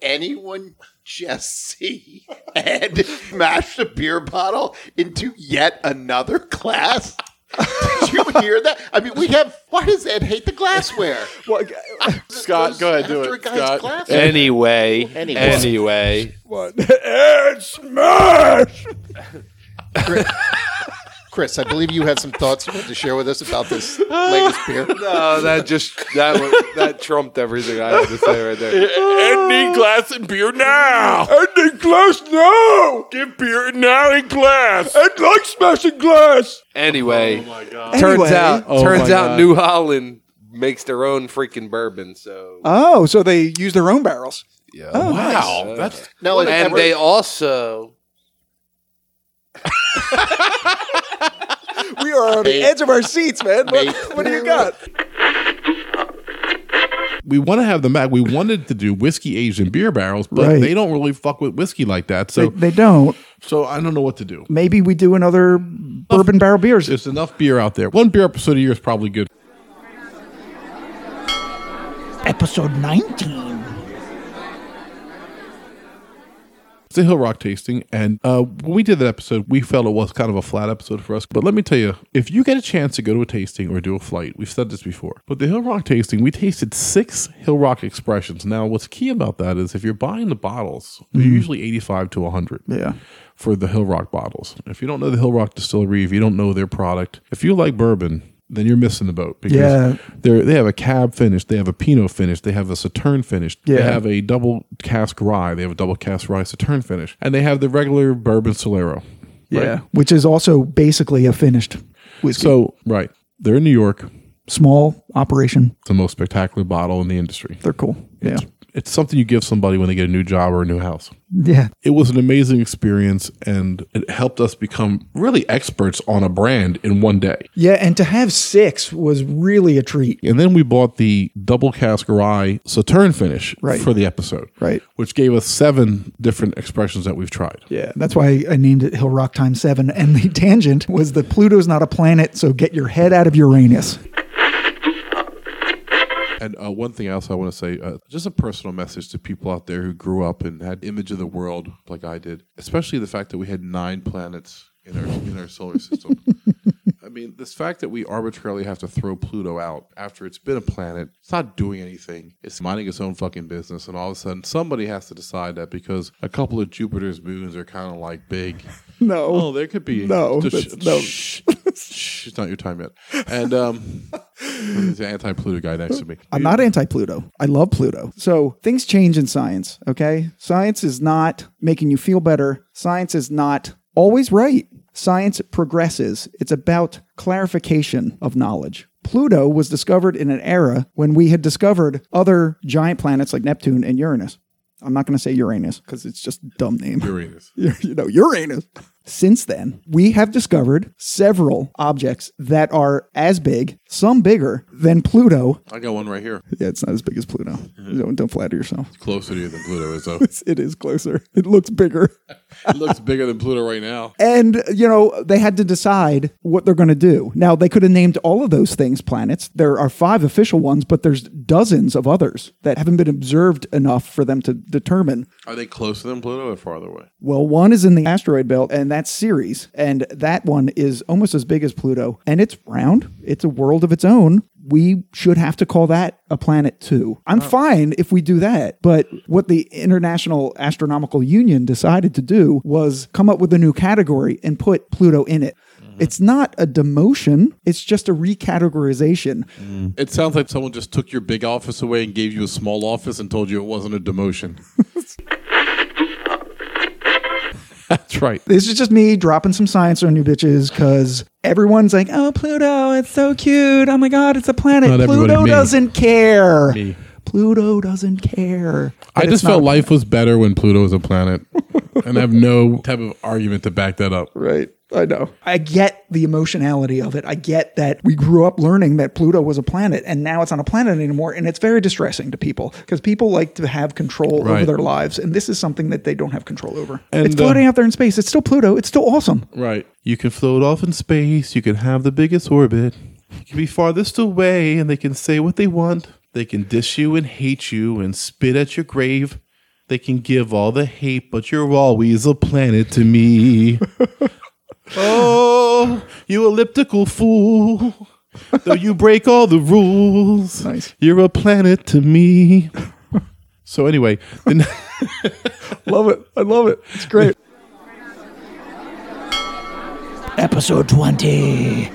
S7: Anyone just see Ed mash the beer bottle into yet another glass? Did you hear that? I mean, we have. Why does Ed hate the glassware?
S1: Well,
S3: Scott, go ahead, do
S7: After a
S3: it,
S7: guy's
S3: Scott.
S7: glass-
S9: Anyway,
S7: Anyway.
S9: anyway,
S1: smash.
S7: Chris, I believe you had some thoughts you wanted to share with us about this latest beer.
S9: no, Oh, that just that was, that trumped everything I had to say right there.
S3: Ending glass and beer now. Ending glass now. Give beer now in glass. Oh And like smashing glass.
S9: Anyway,
S1: Anyway.
S9: turns out
S3: Oh my
S9: turns out
S3: God.
S9: New Holland makes their own freaking bourbon. So
S1: Oh, so they use their own barrels.
S9: yeah,
S3: Wow, that's
S7: No, it-
S9: and
S7: ever-
S9: they also
S10: we are on the
S11: Mate.
S10: edge of our seats, man. What,
S11: Mate.
S10: what do you got?
S3: we want to have them back. We wanted to do whiskey aged in beer barrels, but
S1: Right.
S3: they don't really fuck with whiskey like that. So,
S1: They don't.
S3: so I don't know what to do.
S1: Maybe we do another bourbon barrel beers.
S3: There's enough beer out there. One beer episode a year is probably good.
S2: Episode 19.
S3: It's a Hill Rock tasting, and uh, when we did that episode, we felt it was kind of a flat episode for us. But let me tell you, if you get a chance to go to a tasting or do a flight, we've said this before, but the Hill Rock tasting, we tasted six Hill Rock expressions. Now, what's key about that is if you're buying the bottles, they're usually 85 to 100.
S1: Mm. Yeah.
S3: for the Hill Rock bottles. If you don't know the Hill Rock Distillery, if you don't know their product, if you like bourbon, then you're missing the boat because
S1: Yeah.
S3: they're, they have a cab finish, they have a Pinot finish, they have a Saturn finish, they
S1: Yeah.
S3: have a double cask rye, they have a double cask rye Saturn finish, and they have the regular bourbon Solero.
S1: Yeah. Which is also basically a finished whiskey.
S3: So, right, they're in New York,
S1: Small operation.
S3: the most spectacular bottle in the industry.
S1: They're cool. Yeah.
S3: It's something you give somebody when they get a new job or a new house.
S1: Yeah.
S3: It was an amazing experience and it helped us become really experts on a brand in one day.
S1: Yeah. And to have six was really a treat.
S3: And then we bought the double cask rye Saturn finish
S1: Right.
S3: for the episode,
S1: Right.
S3: which gave us seven different expressions that we've tried.
S1: Yeah. That's why I named it Hill Rock Time 7. And the tangent was that Pluto's not a planet, so get your head out of Uranus.
S3: And uh, one thing else I want to say, uh, just a personal message to people out there who grew up and had image of the world like I did, especially the fact that we had nine planets in our in our solar system. I mean, this fact that we arbitrarily have to throw Pluto out after it's been a planet, it's not doing anything. It's minding its own fucking business, and all of a sudden somebody has to decide that because a couple of Jupiter's moons are kind of like big.
S1: No.
S3: Oh, there could be
S1: No,
S3: Just-
S1: that's- no.
S3: Shh, shh, it's not your time yet. And um, there's an anti-Pluto guy next to me.
S1: I'm not anti Pluto. I love Pluto. So things change in science, okay? Science is not making you feel better. Science is not always right. Science progresses, it's about clarification of knowledge. Pluto was discovered in an era when we had discovered other giant planets like Neptune and Uranus. I'm not going to say Uranus because it's just a dumb name.
S3: Uranus.
S1: you know, Uranus. Since then, we have discovered several objects that are as big, some bigger than Pluto,
S3: I got one right here.
S1: yeah, it's not as big as Pluto. Don't, don't flatter yourself.
S3: Closer to you than Pluto is, though.
S1: It's, it is closer. It looks bigger.
S3: it looks bigger than Pluto right now.
S1: And, you know, they had to decide what they're going to do. Now, they could have named all of those things planets. There are five official ones, but there's dozens of others that haven't been observed enough for them to determine.
S3: Are they closer than Pluto or farther away?
S1: Well, one is in the asteroid belt, and that's Ceres. And that one is almost as big as Pluto, and it's round, it's a world of its own. We should have to call that a planet too. I'm fine if we do that. But what the International Astronomical Union decided to do was come up with a new category and put Pluto in it. It's not a demotion, it's just a recategorization.
S3: It sounds like someone just took your big office away and gave you a small office and told you it wasn't a demotion. That's right.
S1: This is just me dropping some science on you bitches because everyone's like, oh, Pluto, it's so cute. Oh my God, it's a planet.
S3: Not everybody,
S1: Pluto
S3: me.
S1: doesn't care.
S3: Me.
S1: Pluto doesn't care. But
S3: I just
S1: it's
S3: felt
S1: not-
S3: life was better when Pluto was a planet, and I have no type of argument to back that up.
S1: Right. I know. I get the emotionality of it. I get that we grew up learning that Pluto was a planet and now it's not a planet anymore. And it's very distressing to people because people like to have control over
S3: Right.
S1: their lives. And this is something that they don't have control over.
S3: And,
S1: it's floating
S3: uh,
S1: out there in space. It's still Pluto. It's still awesome.
S3: Right. You can float off in space. You can have the biggest orbit. You can be farthest away, and they can say what they want. They can dish you and hate you and spit at your grave. They can give all the hate, but you're always a planet to me. oh, you elliptical fool. Though you break all the rules,
S1: Nice.
S3: you're a planet to me. So, anyway, the,
S1: love it. I love it. It's great.
S2: Episode 20.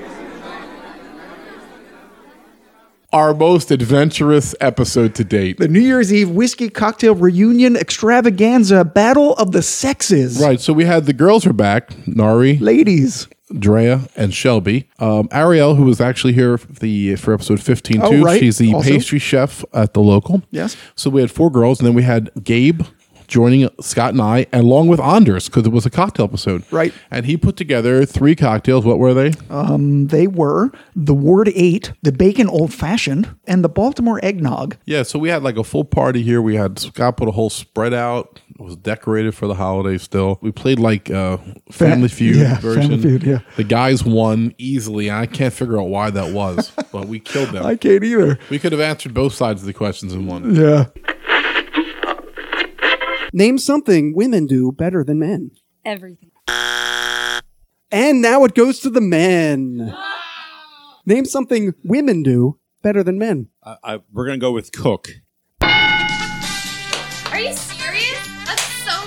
S3: our most adventurous episode to date.
S1: the New Year's Eve whiskey cocktail reunion extravaganza battle of the sexes.
S3: Right. So we had the girls are back. Nari,
S1: Ladies.
S3: Drea, and Shelby. Um, Ariel, who was actually here for the for episode fifteen
S1: Oh,
S3: too.
S1: right.
S3: She's the
S1: Also.
S3: pastry chef at the local.
S1: Yes.
S3: So we had four girls, and then we had Gabe. joining Scott and I, along with Anders, because it was a cocktail episode.
S1: Right.
S3: And he put together three cocktails. What were they?
S1: They were the Ward 8, the Bacon Old Fashioned, and the Baltimore Eggnog.
S3: Yeah, so we had like a full party here. We had Scott put a whole spread out. It was decorated for the holiday still. We played like uh, Family Feud
S1: yeah,
S3: version.
S1: Family Feud, yeah.
S3: The guys won easily. And I can't figure out why that was, but we killed them.
S1: I can't either.
S3: we could have answered both sides of the questions in one.
S1: Yeah.
S12: Name something women do better than men.
S5: Everything.
S12: And now it goes to the men. Name something women do better than men.
S6: I, I, we're gonna go with cook.
S5: Are you serious? That's so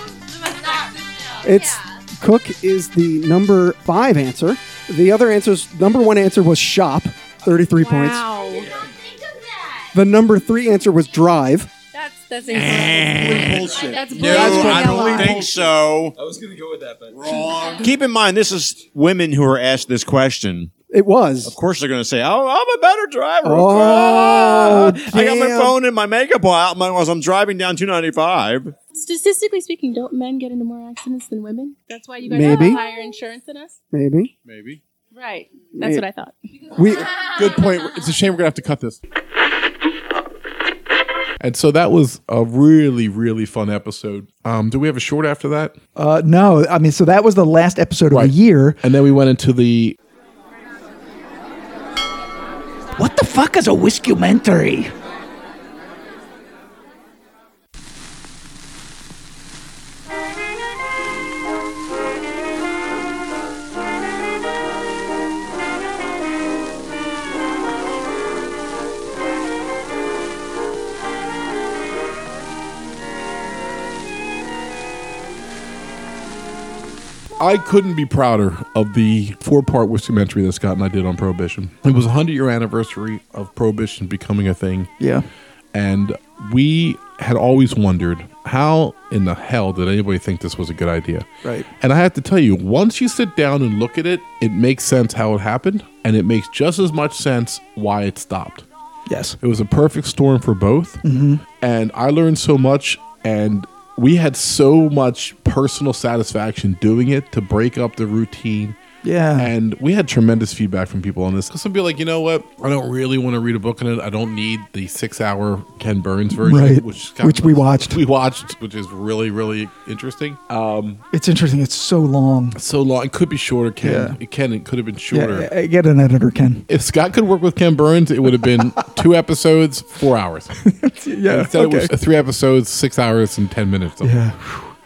S5: not.
S12: It's cook is the number five answer. The other answers, number one answer was shop, 33 points.
S13: Wow.
S5: Think of that.
S12: The number three answer was drive.
S5: That's that's incorrect.
S6: Bullshit.
S5: That's
S6: No,
S5: blatant
S6: I don't
S5: yellow.
S6: think so. I was gonna go with that, but wrong. Keep in mind, this is women who are asked this question.
S12: It was.
S6: Of course, they're gonna say, "Oh, I'm a better driver." Ah,
S12: Oh,
S6: I got my
S12: damn.
S6: phone and my makeup out as I'm driving down 295.
S5: Statistically speaking, don't men get into more accidents than women? That's why you guys
S12: Maybe.
S5: have higher insurance than us?
S12: Maybe.
S3: Maybe.
S5: Right. That's
S12: May-
S5: what I thought.
S12: We
S3: Good point. It's a shame we're going to have to cut this. And so that was a really, really fun episode. Um, do we have a short after that?
S1: Uh, no, I mean, so that was the last episode of
S3: Right.
S1: the year.
S3: And then we went into the
S2: What the fuck is a whiskumentary?
S3: I couldn't be prouder of the four part documentary that Scott and I did on Prohibition. It was a 100 year anniversary of Prohibition becoming a thing.
S1: Yeah.
S3: And we had always wondered how in the hell did anybody think this was a good idea?
S1: Right.
S3: And I have to tell you, once you sit down and look at it, it makes sense how it happened. And it makes just as much sense why it stopped.
S1: Yes.
S3: It was a perfect storm for both.
S1: Mm-hmm.
S3: And I learned so much, and we had so much personal satisfaction doing it to break up the routine.
S1: Yeah.
S3: And we had tremendous feedback from people on this. 'Cause Some people like, you know what? I don't really want to read a book on it. I don't need the six hour Ken Burns version,
S1: Right.
S3: which,
S1: Which we watched.
S3: We watched, which is really, really interesting. Um,
S1: It's interesting. It's so long.
S3: so long. It could be shorter, Ken.
S1: Yeah.
S3: It can. It could have been
S1: Yeah,
S3: shorter.
S1: uh, get an editor, Ken.
S3: If Scott could work with Ken Burns, it would have been two episodes, four hours.
S1: Yeah.
S3: Instead, it was three episodes, six hours and ten minutes.
S1: Yeah.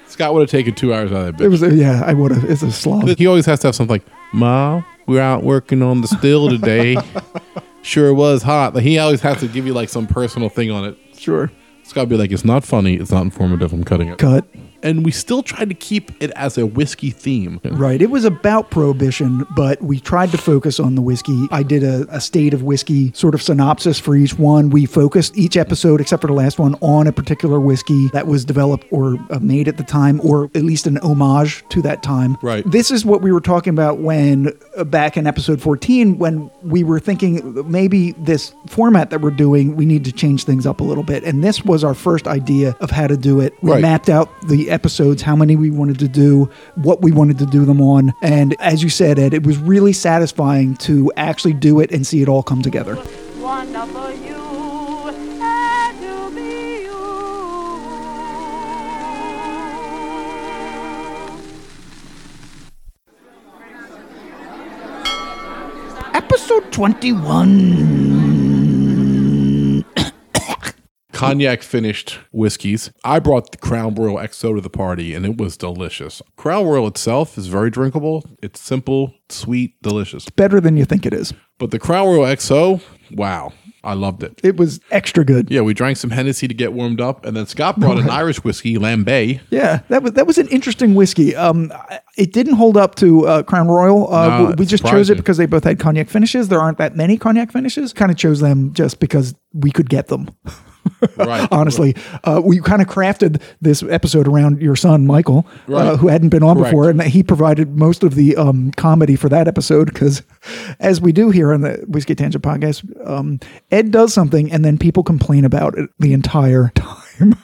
S3: Scott would have taken two hours out of that
S1: It
S3: bitch.
S1: was. A, yeah, I would have. It's a slog.
S3: he always has to have something like, "Ma, we're out working on the still today. sure was hot." Like, he always has to give you like some personal thing on it.
S1: Sure.
S3: Scott would be like, "It's not funny. It's not informative. I'm cutting it."
S1: Cut.
S3: And we still tried to keep it as a whiskey theme.
S1: Right. It was about prohibition, but we tried to focus on the whiskey. I did a, a state of whiskey sort of synopsis for each one. We focused each episode, except for the last one, on a particular whiskey that was developed or uh, made at the time, or at least an homage to that time.
S3: Right.
S1: This is what we were talking about when uh, back in episode 14, when we were thinking maybe this format that we're doing, we need to change things up a little bit. And this was our first idea of how to do it. We
S3: Right.
S1: mapped mapped out the episodes, how many we wanted to do, what we wanted to do them on. And as you said, Ed, it was really satisfying to actually do it and see it all come together.
S5: Wonderful you had to be you.
S2: Episode 21.
S3: Cognac finished whiskeys. I brought the Crown Royal XO to the party and it was delicious. Crown Royal itself is very drinkable. It's simple, sweet, delicious.
S1: Better than you think it is.
S3: But the Crown Royal XO, wow, I loved it.
S1: It was extra good.
S3: Yeah, we drank some Hennessy to get warmed up, and then Scott brought an Irish whiskey, Lambay.
S1: Yeah, that was that was an interesting whiskey. Um, I- it didn't hold up to uh, Crown Royal. Uh,
S3: No,
S1: w- we
S3: it's
S1: just chose it
S3: surprising.
S1: because they both had cognac finishes. There aren't that many cognac finishes. Kind of chose them just because we could get them.
S3: Right.
S1: honestly. Uh, we kind of crafted this episode around your son, Michael, uh,
S3: Right.
S1: who hadn't been on
S3: Correct.
S1: before, and he provided most of the um, comedy for that episode because, as we do here on the Whiskey Tangent podcast, um, Ed does something and then people complain about it the entire time.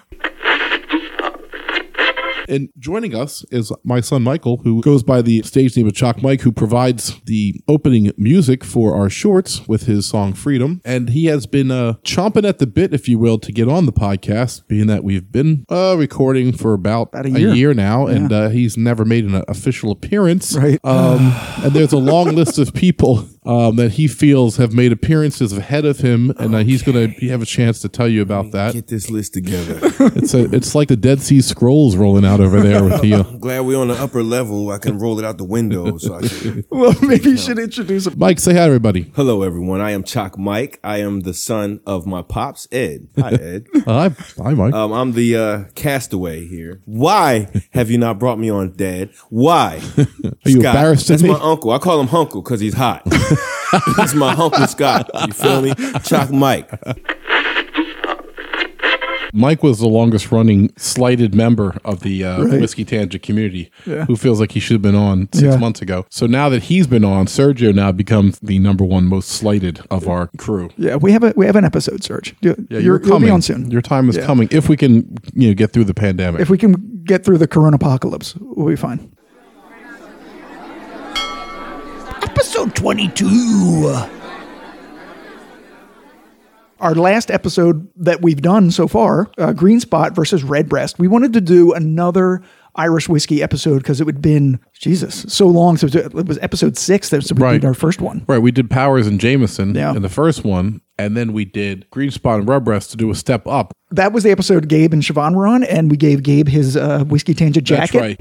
S3: And joining us is my son Michael, who goes by the stage name of Chalk Mike, who provides the opening music for our shorts with his song Freedom. And he has been uh, chomping at the bit, if you will, to get on the podcast, being that we've been uh, recording for about, a,
S1: year.
S3: year. now, and uh, he's never made an official appearance. Right. Um, and there's a long list of people um, that he feels have made appearances ahead of him, and uh, he's going to have a chance to tell you about that. Get
S9: this list together.
S3: it's a, it's like the Dead Sea Scrolls rolling out over there with you.
S9: I'm glad we're on the upper level. I can roll it out the window. So I can...
S1: Well, maybe you should introduce him.
S3: Mike, say hi, everybody.
S9: Hello, everyone. I am Chalk Mike. I am the son of my pops, Ed. Hi, Ed.
S3: Uh, hi, hi, Mike.
S9: Um, I'm the uh, castaway here. Why have you not brought me on, Dad? Why? Are
S3: you embarrassed
S9: That's
S3: at me?
S9: my uncle. I call him Hunkle because he's hot. That's my Uncle Scott. You feel me? Chalk Mike.
S3: Mike was the longest running slighted member of the uh,
S9: Right.
S3: Whiskey Tangent community
S9: Yeah.
S3: who feels like he should have been on six
S1: Yeah.
S3: months ago. So now that he's been on, Sergio now becomes the number one most slighted of our crew.
S1: Yeah, we have a we have an episode search. Yeah,
S3: Yeah,
S1: you're,
S3: you're
S1: you'll be
S3: coming.
S1: on soon.
S3: Your time is
S1: Yeah.
S3: coming if we can, you know, get through the pandemic.
S1: If we can get through the corona apocalypse, we'll be fine.
S2: Episode 22.
S1: Our last episode that we've done so far, uh, Green Spot versus Red Breast, we wanted to do another Irish whiskey episode because it had been Jesus so long. So it was episode six that we did our first one.
S3: Right, we did Powers and Jameson in the first one, and then we did Green Spot and Redbreast to do a step up.
S1: That was the episode Gabe and Siobhan were on, and we gave Gabe his uh, whiskey tangent jacket.
S3: That's right.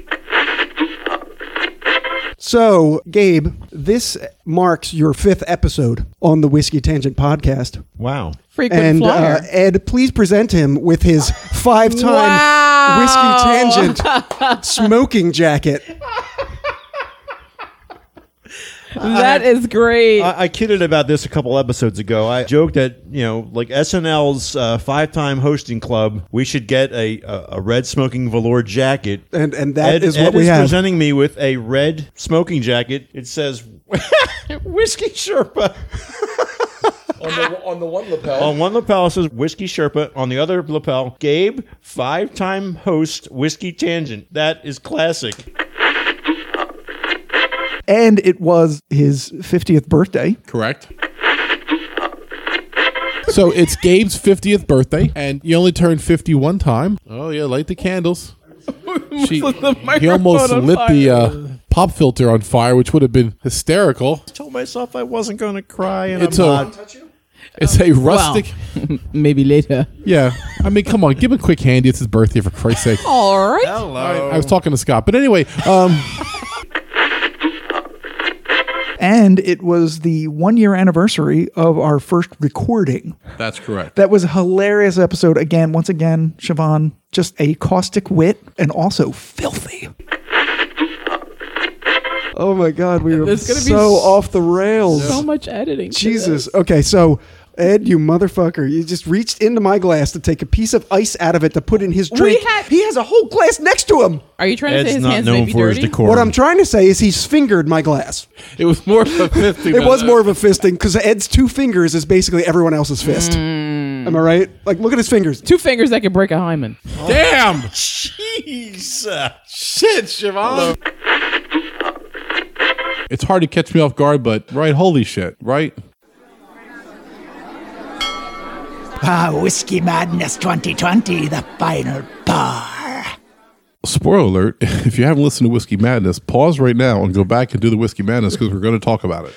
S1: So, Gabe,
S14: This marks your fifth episode on the Whiskey Tangent podcast.
S6: Wow.
S5: Frequent
S14: and,
S5: flyer.
S14: Uh, Ed, please present him with his five time Whiskey Tangent smoking jacket.
S5: That is great.
S1: Uh,
S6: I, I kidded about this a couple episodes ago. I joked that you know, like SNL's uh, five-time hosting club, we should get a, a, a red smoking velour jacket.
S14: And and that
S6: Ed,
S14: is
S6: Ed
S14: what we
S6: is
S14: have.
S6: presenting me with a red smoking jacket. It says Whiskey Sherpa.
S15: on, the, on the one lapel.
S6: on one lapel it says Whiskey Sherpa. On the other lapel, Gabe, five-time host Whiskey Tangent. That is classic.
S1: and it was his 50th birthday.
S3: Correct. So it's Gabe's 50th birthday, and you only turned 51 time. Oh, yeah, light the candles. She, he almost lit the uh, pop filter on fire, which would have been hysterical.
S6: told myself I wasn't going to cry, and
S3: It's
S6: I'm
S3: a-
S6: not.
S3: It's a rustic.
S16: Maybe later.
S3: Yeah. I mean, come on, give him a quick handy. It's his birthday, for Christ's sake.
S16: All right.
S3: I, I was talking to Scott. But anyway, um,
S1: And it was the one year anniversary of our first recording.
S3: that's correct.
S1: That was a hilarious episode. Again, once again, Siobhan, just a caustic wit and also filthy. Oh my God, we were
S16: There's
S1: so
S16: gonna be s-
S1: off the rails.
S16: So much editing. to
S14: Jesus.
S16: this.
S14: Okay, so Ed, you motherfucker, you just reached into my glass to take a piece of ice out of it to put in his drink. he has a whole glass next to him.
S5: Are you trying to
S6: Ed's
S5: say his
S6: not
S5: hands
S6: known
S5: may be
S6: for his
S5: dirty?
S6: decorum.
S14: What I'm trying to say is he's fingered my glass.
S3: It was more of a fisting.
S14: It was more of a fisting because Ed's two fingers is basically everyone else's fist. Am I right? Like, look at his fingers.
S16: Two fingers that could break a hymen.
S3: Damn!
S6: Jeez.
S3: Shit, Siobhan. It's hard to catch me off guard, but right, holy shit, right?
S2: Ah, Whiskey Madness 2020, the final bar.
S3: Spoiler alert, if you haven't listened to Whiskey Madness, pause right now and go back and do the Whiskey Madness because we're going to talk about it.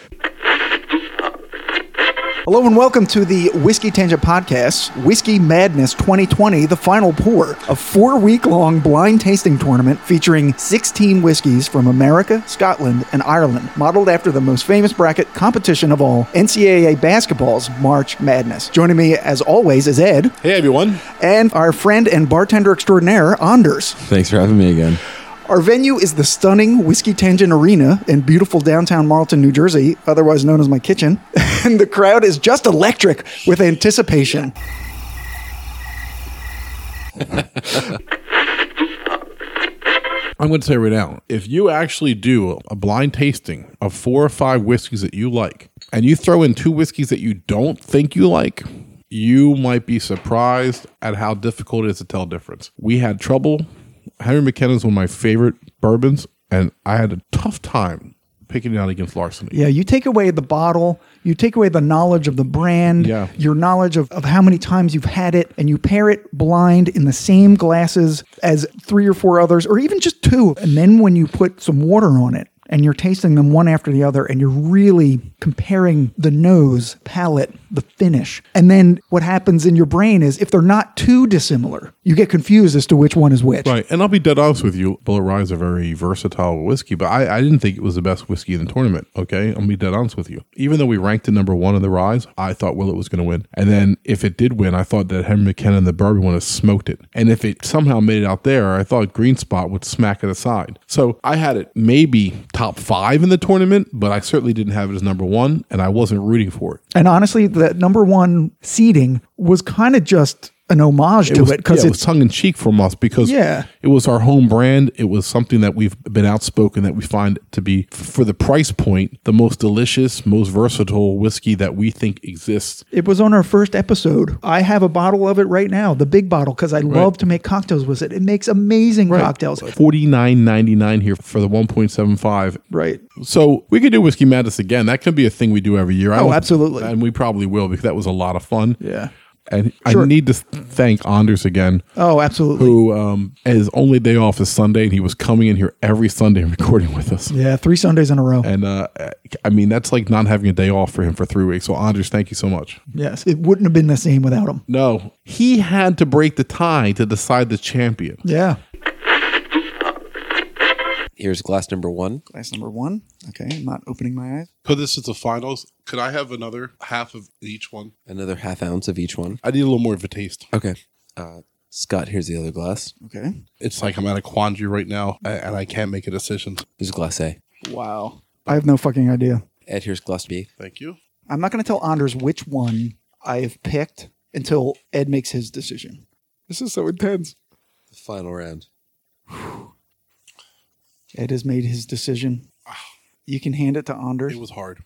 S1: Hello and welcome to the Whiskey Tangent Podcast, Whiskey Madness 2020, the final pour, a four week long blind tasting tournament featuring 16 whiskeys from America, Scotland, and Ireland, modeled after the most famous bracket competition of all, NCAA basketball's March Madness. Joining me, as always, is Ed.
S3: Hey, everyone.
S1: And our friend and bartender extraordinaire, Anders.
S17: Thanks for having me again.
S1: Our venue is the stunning Whiskey Tangent Arena in beautiful downtown Marlton, New Jersey, otherwise known as my kitchen. And the crowd is just electric with anticipation.
S3: I'm going to tell you right now if you actually do a blind tasting of four or five whiskeys that you like, and you throw in two whiskeys that you don't think you like, you might be surprised at how difficult it is to tell difference. We had trouble Henry McKenna is one of my favorite bourbons, and I had a tough time picking it out against Larceny.
S1: Yeah, you take away the bottle, you take away the knowledge of the brand,
S3: Yeah.
S1: your knowledge of, of how many times you've had it, and you pair it blind in the same glasses as three or four others, or even just two. And then when you put some water on it, and you're tasting them one after the other, and you're really comparing the nose, palate, the finish. And then what happens in your brain is if they're not too dissimilar, you get confused as to which one is which.
S3: Right, and I'll be dead honest with you. Bull Rye is a very versatile whiskey, but I, I didn't think it was the best whiskey in the tournament. Okay, I'll be dead honest with you. Even though we ranked it number one in the rise, I thought Willet was going to win, and then if it did win, I thought that Henry McKenna and the Bourbon would have smoked it, and if it somehow made it out there, I thought Green Spot would smack it aside. So I had it maybe top five in the tournament, but I certainly didn't have it as number one, and I wasn't rooting for it.
S1: And honestly, that number one seeding was kind of just an homage to
S3: was,
S1: it because
S3: yeah, it was
S1: it's
S3: tongue in cheek from us because
S1: Yeah.
S3: it was our home brand. It was something that we've been outspoken that we find to be for the price point the most delicious, most versatile whiskey that we think exists.
S1: It was on our first episode. I have a bottle of it right now, the big bottle, because I love to make cocktails with it. It makes amazing cocktails.
S3: Forty nine ninety nine here for the one point seven five.
S1: Right.
S3: So we could do whiskey madness again. That could be a thing we do every year. I
S1: Oh,
S3: would-
S1: absolutely.
S3: and we probably will because that was a lot of fun.
S1: Yeah.
S3: And I
S1: Sure.
S3: need to thank Anders again.
S1: Oh, absolutely.
S3: Who um, his only day off is Sunday, and he was coming in here every Sunday and recording with us.
S1: Yeah, three Sundays in a row.
S3: And uh, I mean, that's like not having a day off for him for three weeks. So, Anders, thank you so much.
S1: Yes, it wouldn't have been the same without them.
S3: No, he had to break the tie to decide the champion.
S1: Yeah.
S4: Here's glass number one.
S1: Glass number one. Okay, I'm not opening my eyes.
S3: So this is the finals. Could I have another half of each one?
S4: Another half ounce of each one.
S3: I need a little more of a taste.
S4: Okay. Uh, Scott, here's the other glass.
S1: Okay.
S3: It's like I'm at a quandary right now, a- and I can't make a decision.
S4: Here's glass A.
S1: Wow. I have no fucking idea.
S4: Ed, here's glass B.
S3: Thank you.
S1: I'm not going to tell Anders which one I have picked until Ed makes his decision. This is so intense.
S4: The final round.
S1: Ed has made his decision. You can hand it to Anders.
S3: It was hard.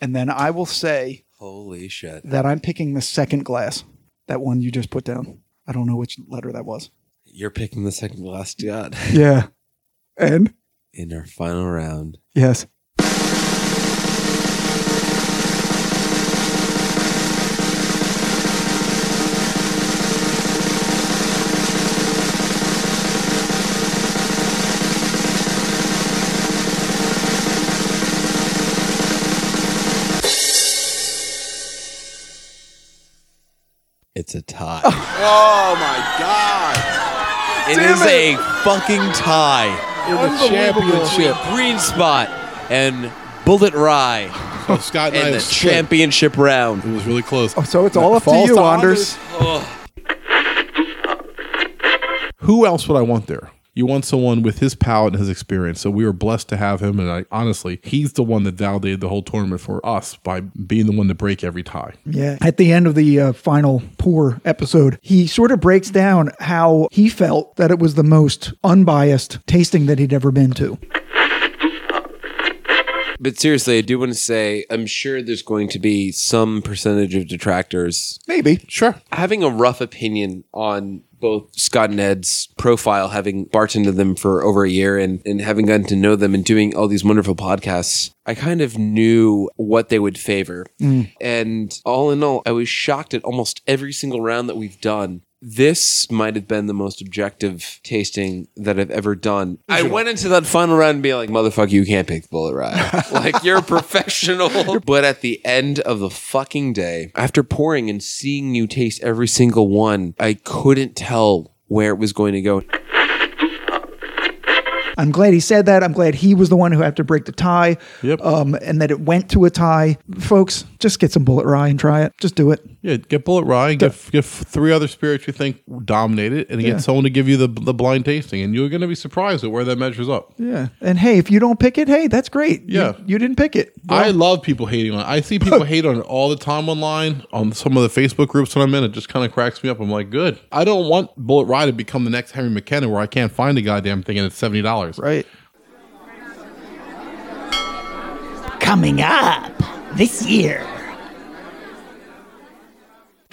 S1: And then I will say
S4: Holy shit.
S1: that I'm picking the second glass, that one you just put down. I don't know which letter that was.
S4: You're picking the second glass, God.
S1: Yeah. And?
S4: In our final round.
S1: Yes.
S4: It's a tie.
S9: Oh my God.
S4: It
S9: Damn
S4: is a fucking tie.
S9: In the
S4: Unbelievable.
S9: championship.
S4: Between Green spot and bullet rye.
S3: So Oh, Scott and I
S4: in the
S3: have split.
S4: championship round.
S3: It was really close.
S1: Oh, so it's all up to
S3: Falls
S1: you,
S3: to
S1: Anders.
S3: who else would I want there? You want someone with his palate and his experience. So we were blessed to have him. And I honestly, he's the one that validated the whole tournament for us by being the one to break every tie.
S1: Yeah. At the end of the uh, final pour episode, he sort of breaks down how he felt that it was the most unbiased tasting that he'd ever been to.
S4: But seriously, I do want to say I'm sure there's going to be some percentage of detractors
S1: Maybe. Sure.
S4: having a rough opinion on both Scott and Ed's profile, having bartended them for over a year and, and having gotten to know them and doing all these wonderful podcasts, I kind of knew what they would favor.
S9: Mm.
S4: And all in all, I was shocked at almost every single round that we've done. This might have been the most objective tasting that I've ever done. I went into that final round being like, motherfucker, you can't pick the bullet ride. like, you're a professional. But at the end of the fucking day, after pouring and seeing you taste every single one, I couldn't tell where it was going to go.
S1: I'm glad he said that. I'm glad he was the one who had to break the tie.
S3: Yep.
S1: Um, and that it went to a tie. Folks, just get some bullet rye and try it. Just do it.
S3: Yeah, get Bullet Rye, get, get three other spirits you think dominate it, and
S1: Yeah.
S3: get someone to give you the, the blind tasting. And you're going to be surprised at where that measures up.
S1: Yeah. And hey, if you don't pick it, hey, that's great. You-
S3: Yeah.
S1: You, didn't pick it.
S3: I love people hating on it. I see people hate on it all the time online on some of the Facebook groups that I'm in. It just kind of cracks me up. I'm like, good. I don't want Bullet Rye to become the next Henry McKenna where I can't find a goddamn thing and it's $70.
S1: Right.
S2: Coming up this year.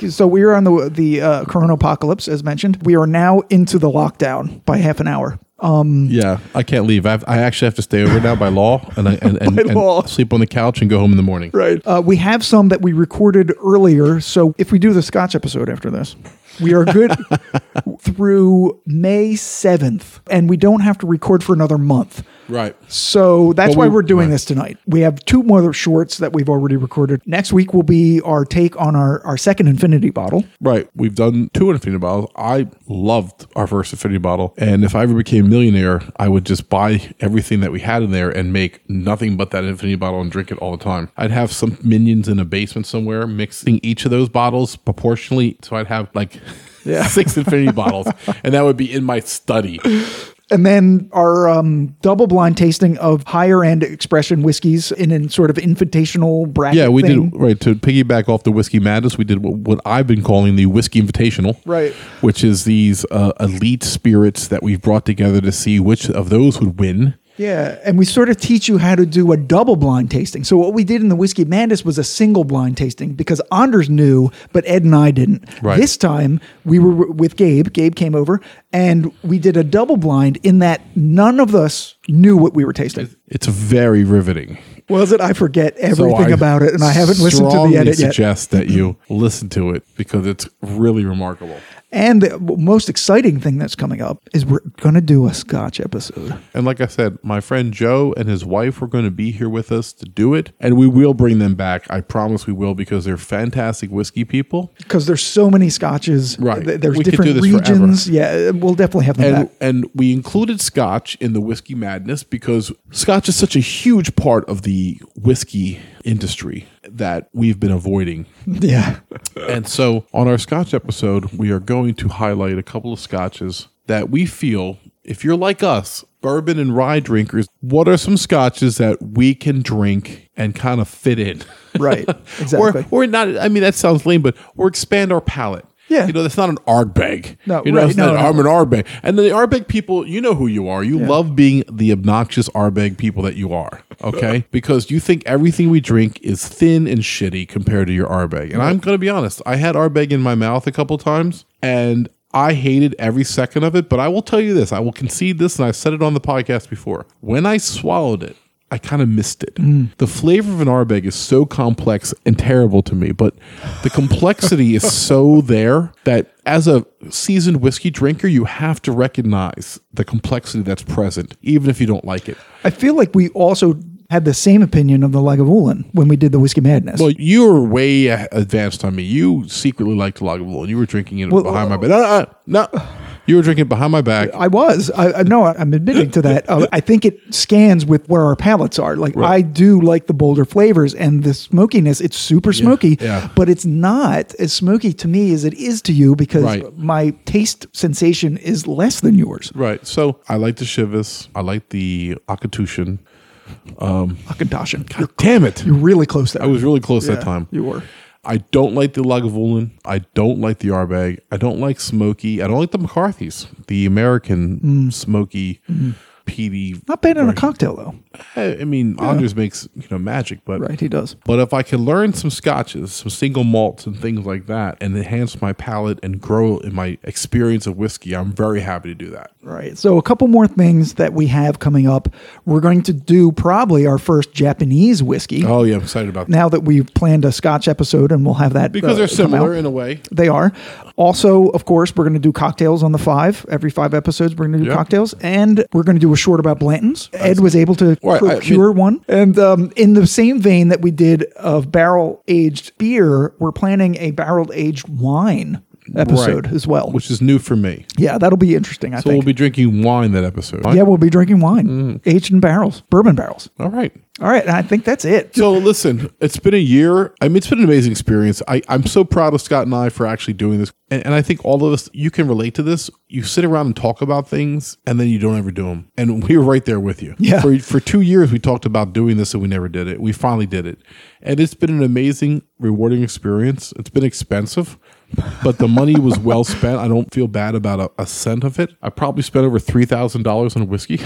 S1: So we are on the the uh, corona apocalypse, as mentioned. We are now into the lockdown by half an hour. Um,
S3: Yeah, I can't leave. I've, I actually have to stay over now by law, and I, and, and,
S1: By law.
S3: and sleep on the couch and go home in the morning.
S1: right. Uh, we have some that we recorded earlier. So if we do the Scotch episode after this, we are good through May seventh, and we don't have to record for another month.
S3: Right.
S1: So that's
S3: But
S1: why
S3: we-
S1: we're doing this tonight. We have two more shorts that we've already recorded. Next week will be our take on our, our second infinity bottle.
S3: Right. We've done two Infinity bottles. I loved our first Infinity bottle. And if I ever became a millionaire, I would just buy everything that we had in there and make nothing but that Infinity bottle and drink it all the time. I'd have some minions in a basement somewhere mixing each of those bottles proportionally. So I'd have like six Infinity bottles, and that would be in my study.
S1: And then our um, double blind tasting of higher end expression whiskeys in a sort of invitational bracket.
S3: yeah, we
S1: thing.
S3: did right to piggyback off the whiskey madness. We did what, what I've been calling the whiskey invitational,
S1: Right.
S3: Which is these uh, elite spirits that we've brought together to see which of those would win.
S1: Yeah, and we sort of teach you how to do a double blind tasting. So what we did in the Whiskey Madness was a single blind tasting because Anders knew, but Ed and I didn't.
S17: Right.
S1: This time we were w- with Gabe. Gabe came over, and we did a double blind in that none of us knew what we were tasting.
S3: It's very riveting.
S1: Was it? I forget everything
S3: So I
S1: about it, and I haven't listened to the
S3: strongly
S1: edit yet.
S3: suggest that you listen to it because it's really remarkable.
S1: And the w- most exciting thing that's coming up is we're going to do a Scotch episode.
S3: And like I said, my friend Joe and his wife were going to be here with us to do it, and we will bring them back. I promise we will because they're fantastic whiskey people.
S1: because there's so many scotches.
S3: Right.
S1: Th- There's
S3: We could
S1: different
S3: do this forever.
S1: regions. Yeah, we'll definitely have them
S3: and
S1: back.
S3: and we included scotch in the whiskey madness because scotch is such a huge part of the whiskey industry that we've been avoiding.
S1: Yeah.
S3: and so on our scotch episode, we are going to highlight a couple of scotches that we feel if you're like us, bourbon and rye drinkers, what are some scotches that we can drink and kind of fit in?
S1: Right.
S3: Exactly. or, or not I mean that sounds lame, but or expand our palate.
S1: Yeah.
S3: You know, that's not an Ardbeg.
S1: No,
S3: you know,
S1: right,
S3: it's
S1: no,
S3: not,
S1: no.
S3: I'm an Arbeg. And the Arbeg people, you know who you are. You
S1: Yeah.
S3: love being the obnoxious Arbeg people that you are, okay? because you think everything we drink is thin and shitty compared to your Arbeg. And I'm going to be honest, I had Arbeg in my mouth a couple times and I hated every second of it, but I will tell you this, I will concede this and I've said it on the podcast before. When I swallowed it, I kind of missed it.
S1: Mm.
S3: The flavor of an Arbeg is so complex and terrible to me, but the complexity is so there that as a seasoned whiskey drinker, you have to recognize the complexity that's present, even if you don't like it.
S1: I feel like we also had the same opinion of the Lagavulin when we did the Whiskey Madness.
S3: Well, you were way a- advanced on me. You secretly liked Lagavulin. You were drinking it behind my back. No, no, no, no. You were drinking it behind my back.
S1: uh, I was. I, I no, I'm admitting to that. Uh, I think it scans with where our palates are. Like I do like the bolder flavors and the smokiness. It's super smoky,
S3: yeah.
S1: but it's not as smoky to me as it is to you because
S3: Right.
S1: my taste sensation is less than yours.
S3: Right. So I like the Shivas. I like the Akatushin. Um,
S1: Akatushin.
S3: God damn it.
S1: You're really close there.
S3: I was really close
S1: Yeah,
S3: that time.
S1: you were.
S3: I don't like the Lagavulin. I don't like the Arbag. I don't like Smoky. I don't like the McCarthy's, the American Smoky, peaty.
S1: Mm. Mm-hmm. Not bad in a cocktail though.
S3: I I mean, Anders makes you know magic, but
S1: Right, he does.
S3: But if I could learn some scotches, some single malts, and things like that, and enhance my palate and grow in my experience of whiskey, I'm very happy to do that.
S1: Right. So, a couple more things that we have coming up. We're going to do probably our first Japanese whiskey.
S3: Oh yeah, I'm excited about that.
S1: Now that we've planned a Scotch episode, and we'll have that
S3: Because
S1: uh,
S3: they're
S1: come
S3: similar
S1: out.
S3: in a way.
S1: They are. Also, of course, we're going to do cocktails on the five. Every five episodes, we're going to do
S3: Yeah.
S1: cocktails, and we're going to do a short about Blanton's. Ed was able to
S3: Right, I mean-
S1: procure one, and um, in the same vein that we did of barrel aged beer, we're planning a barrel aged wine episode
S3: Right.
S1: as well.
S3: which is new for me.
S1: Yeah, that'll be interesting. I
S3: so
S1: think.
S3: we'll be drinking wine that episode.
S1: Yeah, we'll be drinking wine, aged in barrels, bourbon barrels.
S3: All right.
S1: All right. I think that's it.
S3: So listen, it's been a year. I mean, it's been an amazing experience. I, I'm so proud of Scott and I for actually doing this. And, and I think all of us, you can relate to this. You sit around and talk about things and then you don't ever do them. And we were right there with you.
S1: Yeah.
S3: For, for two years, we talked about doing this and we never did it. We finally did it. And it's been an amazing, rewarding experience. It's been expensive, but the money was well spent. I don't feel bad about a, a cent of it. I probably spent over $3,000 on whiskey.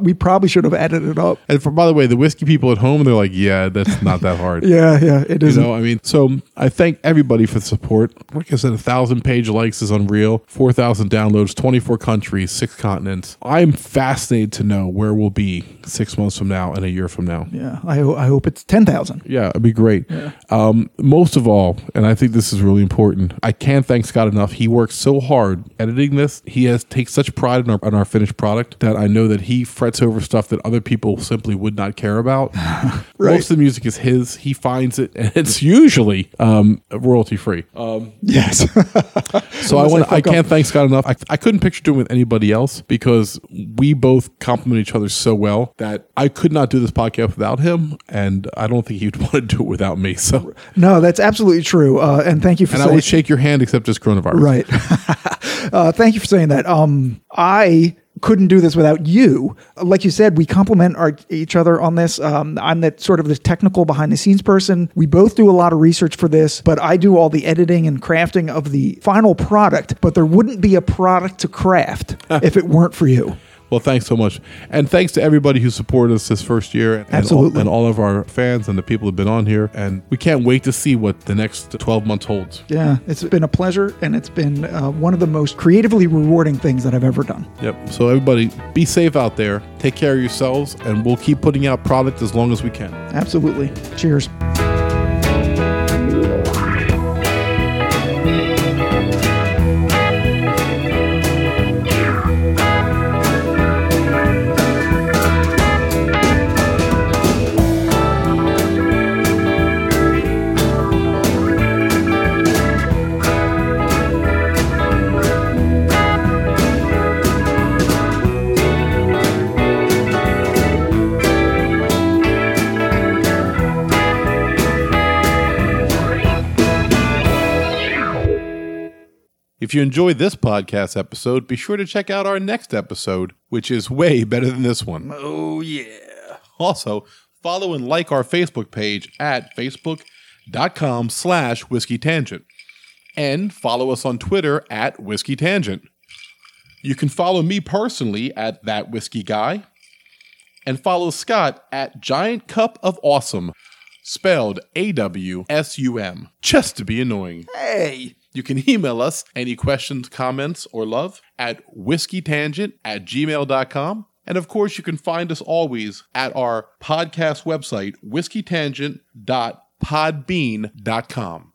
S1: We probably should have added it up.
S3: And for by the way, the whiskey people at home, they're like, yeah, that's not that hard.
S1: Yeah, yeah, it
S3: You
S1: isn't.
S3: know, I mean, so I thank everybody for the support. Like I said, a thousand page likes is unreal. Four thousand downloads, twenty four countries, six continents. I'm fascinated to know where we'll be six months from now and a year from now.
S1: Yeah, I, ho- I hope it's 10,000.
S3: Yeah, it'd be great. Um, most of all, and I think this is really important, I can't thank Scott enough. He works so hard editing this. He has takes such pride in our, in our finished product that I know that he frets over stuff that other people simply would not care about. Most of the music is his. He finds it, and it's usually um, royalty free. Um,
S1: yes.
S3: so I
S1: Unless I Uh,
S3: want. I,
S1: fuck up.
S3: can't thank Scott enough. I, I couldn't picture doing it with anybody else because we both complement each other so well that I could not do this podcast without him, and I don't think he'd want to do it without me. So
S1: No, that's absolutely true. Uh, and thank you for
S3: and I
S1: saying
S3: would shake your hand except this coronavirus.
S1: Right. uh, thank you for saying that. Um, I couldn't do this without you. Like you said, we complement our, each other on this. Um, I'm that sort of the technical behind the scenes person. We both do a lot of research for this, but I do all the editing and crafting of the final product. But there wouldn't be a product to craft if it weren't for you.
S3: Well, thanks so much, and thanks to everybody who supported us this first year, and,
S1: Absolutely.
S3: and, all, and all of our fans and the people who've been on here. And we can't wait to see what the next twelve months holds.
S1: Yeah, it's been a pleasure, and it's been uh, one of the most creatively rewarding things that I've ever done.
S3: Yep. So everybody, be safe out there. Take care of yourselves, and we'll keep putting out product as long as we can.
S1: Absolutely. Cheers.
S3: If you enjoyed this podcast episode, be sure to check out our next episode, which is way better than this one. Oh, yeah. Also, follow and like our Facebook page at facebook.com slash whiskey tangent. And follow us on Twitter at whiskey tangent. You can follow me personally at that whiskey guy and follow Scott at Giant Cup of Awesome, spelled A W S U M, just to be annoying. Hey! You can email us any questions, comments, or love at whiskeytangent at gmail.com. And of course, you can find us always at our podcast website, whiskeytangent.podbean.com.